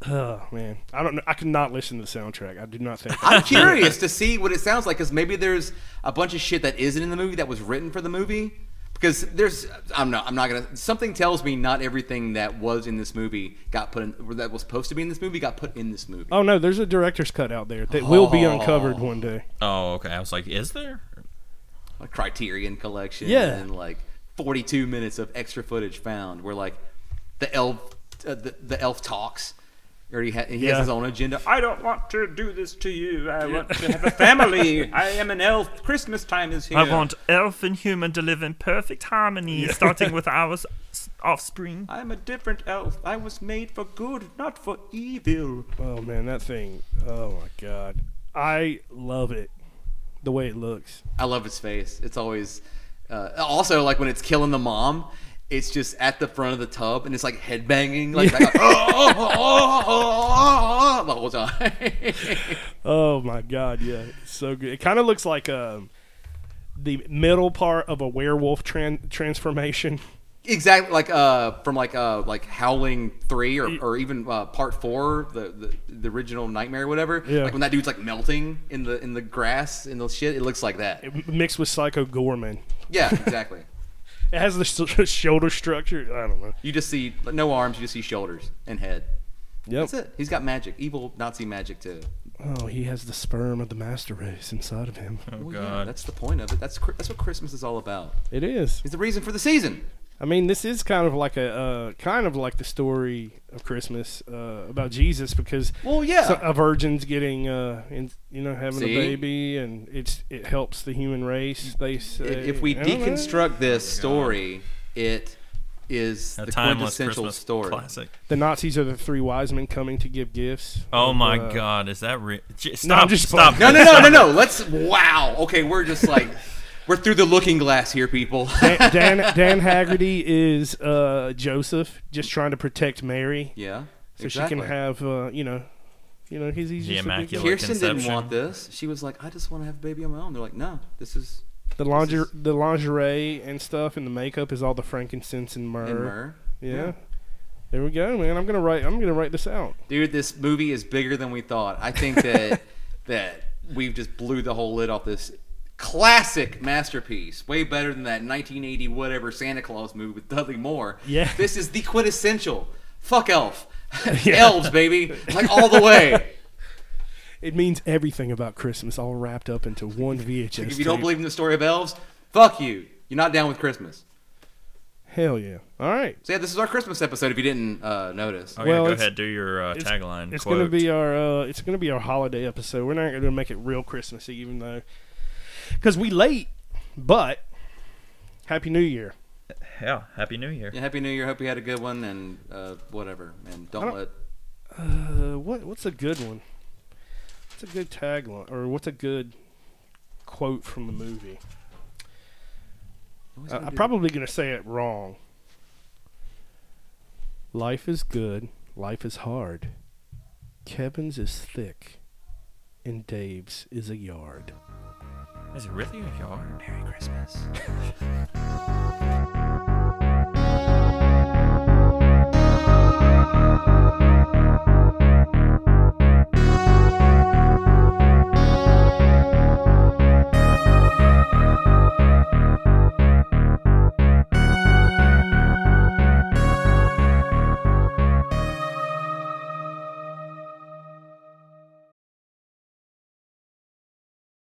Oh man, I don't know. I cannot listen to the soundtrack. I do not think.
I'm curious to see what it sounds like because maybe there's a bunch of shit that isn't in the movie that was written for the movie. Because there's, I'm not, I'm not gonna. Something tells me not everything that was in this movie got put in, that was supposed to be in this movie got put in this movie.
oh no, there's a director's cut out there that will be uncovered one day.
Oh, okay. I was like, is there?
A Criterion collection,
Yeah.
and like 42 minutes of extra footage found where like the elf, uh, the, the elf talks, or he, ha- he
Yeah.
has his own agenda.
I don't want to do this to you. I want to have a family. I am an elf. Christmas time is here.
I want elf and human to live in perfect harmony, starting with our s- offspring.
I'm a different elf. I was made for good, not for evil.
Oh man, that thing. Oh my god, I love it. The way it looks.
I love his face. It's always uh, also like when it's killing the mom. It's just at the front of the tub and it's like headbanging, like, like oh, oh, oh, oh, oh, oh, the whole time.
Oh my god, yeah, it's so good. It kind of looks like um, the middle part of a werewolf tran- transformation.
exactly like uh from like uh like Howling Three or, or even uh, Part Four, the, the the original Nightmare, or whatever.
Yeah.
Like when that dude's like melting in the in the grass in the shit, it looks like that.
M- mixed with Psycho Gorman.
Yeah, exactly.
It has the sh- shoulder structure. I don't know.
you just see no arms, you just see shoulders and head.
Yep.
That's it. He's got magic, evil Nazi magic too.
Oh, he has the sperm of the master race inside of him.
Oh,
Well, Yeah, that's the point of it. That's cri- that's what Christmas is all about.
It is.
It's the reason for the season.
I mean, this is kind of like a uh, kind of like the story of Christmas uh, about Jesus because
Well, yeah.
so- a virgin's getting uh, in, you know having
See?
a baby and it's it helps the human race. They say
if we
I don't know.
deconstruct this story, it is
A
the
timeless
quintessential
Christmas
story.
classic.
the Nazis are the three wise men coming to give gifts.
Oh
of,
my
uh,
God, is that real? J-
No,
stop!
I'm just
stop!
No, no, no, no, no. Let's wow. Okay, we're just like we're through the looking glass here, people.
Dan, Dan Dan Haggerty is uh, Joseph, just trying to protect Mary
yeah.
so
exactly.
she can have uh, you know, you know he's he's
The
just a big-
immaculate-
Kirsten didn't
Conception.
want this. She was like, "I just want to have a baby on my own." They're like, "No, this is
the lingerie, the lingerie and stuff and the makeup is all the frankincense and myrrh.
in myrrh."
Yeah. There we go, man. I'm gonna write. I'm gonna write this out.
Dude, this movie is bigger than we thought. I think that that we've just blew the whole lid off this classic masterpiece. Way better than that 1980 whatever Santa Claus movie with Dudley Moore.
Yeah.
This is the quintessential. Fuck elf. Elves, baby. Like all the way.
It means everything about Christmas, all wrapped up into one VHS.
if you don't
tape.
believe in the story of elves, fuck you. You're not down with Christmas.
hell yeah! All right,
So yeah, this is our Christmas episode if you didn't uh, notice.
Okay,
Well,
Oh, go
it's-
ahead. Do your uh,
it's-
tagline.
it's
quote.
gonna be our. Uh, it's gonna be our holiday episode. We're not gonna make it real Christmassy, even though, because we late. But Happy New Year.
yeah. Happy New Year.
Yeah, Happy New Year. Hope you had a good one and uh, whatever. And don't,
don't-
let
Uh, what What's a good one? What's a good tagline, or what's a good quote from the movie?
Always
Uh,
gotta
I'm
do-
probably going to say it wrong. Life is good. Life is hard. Kevin's is thick. And Dave's is a yard.
Is it really a yard?
Merry Christmas.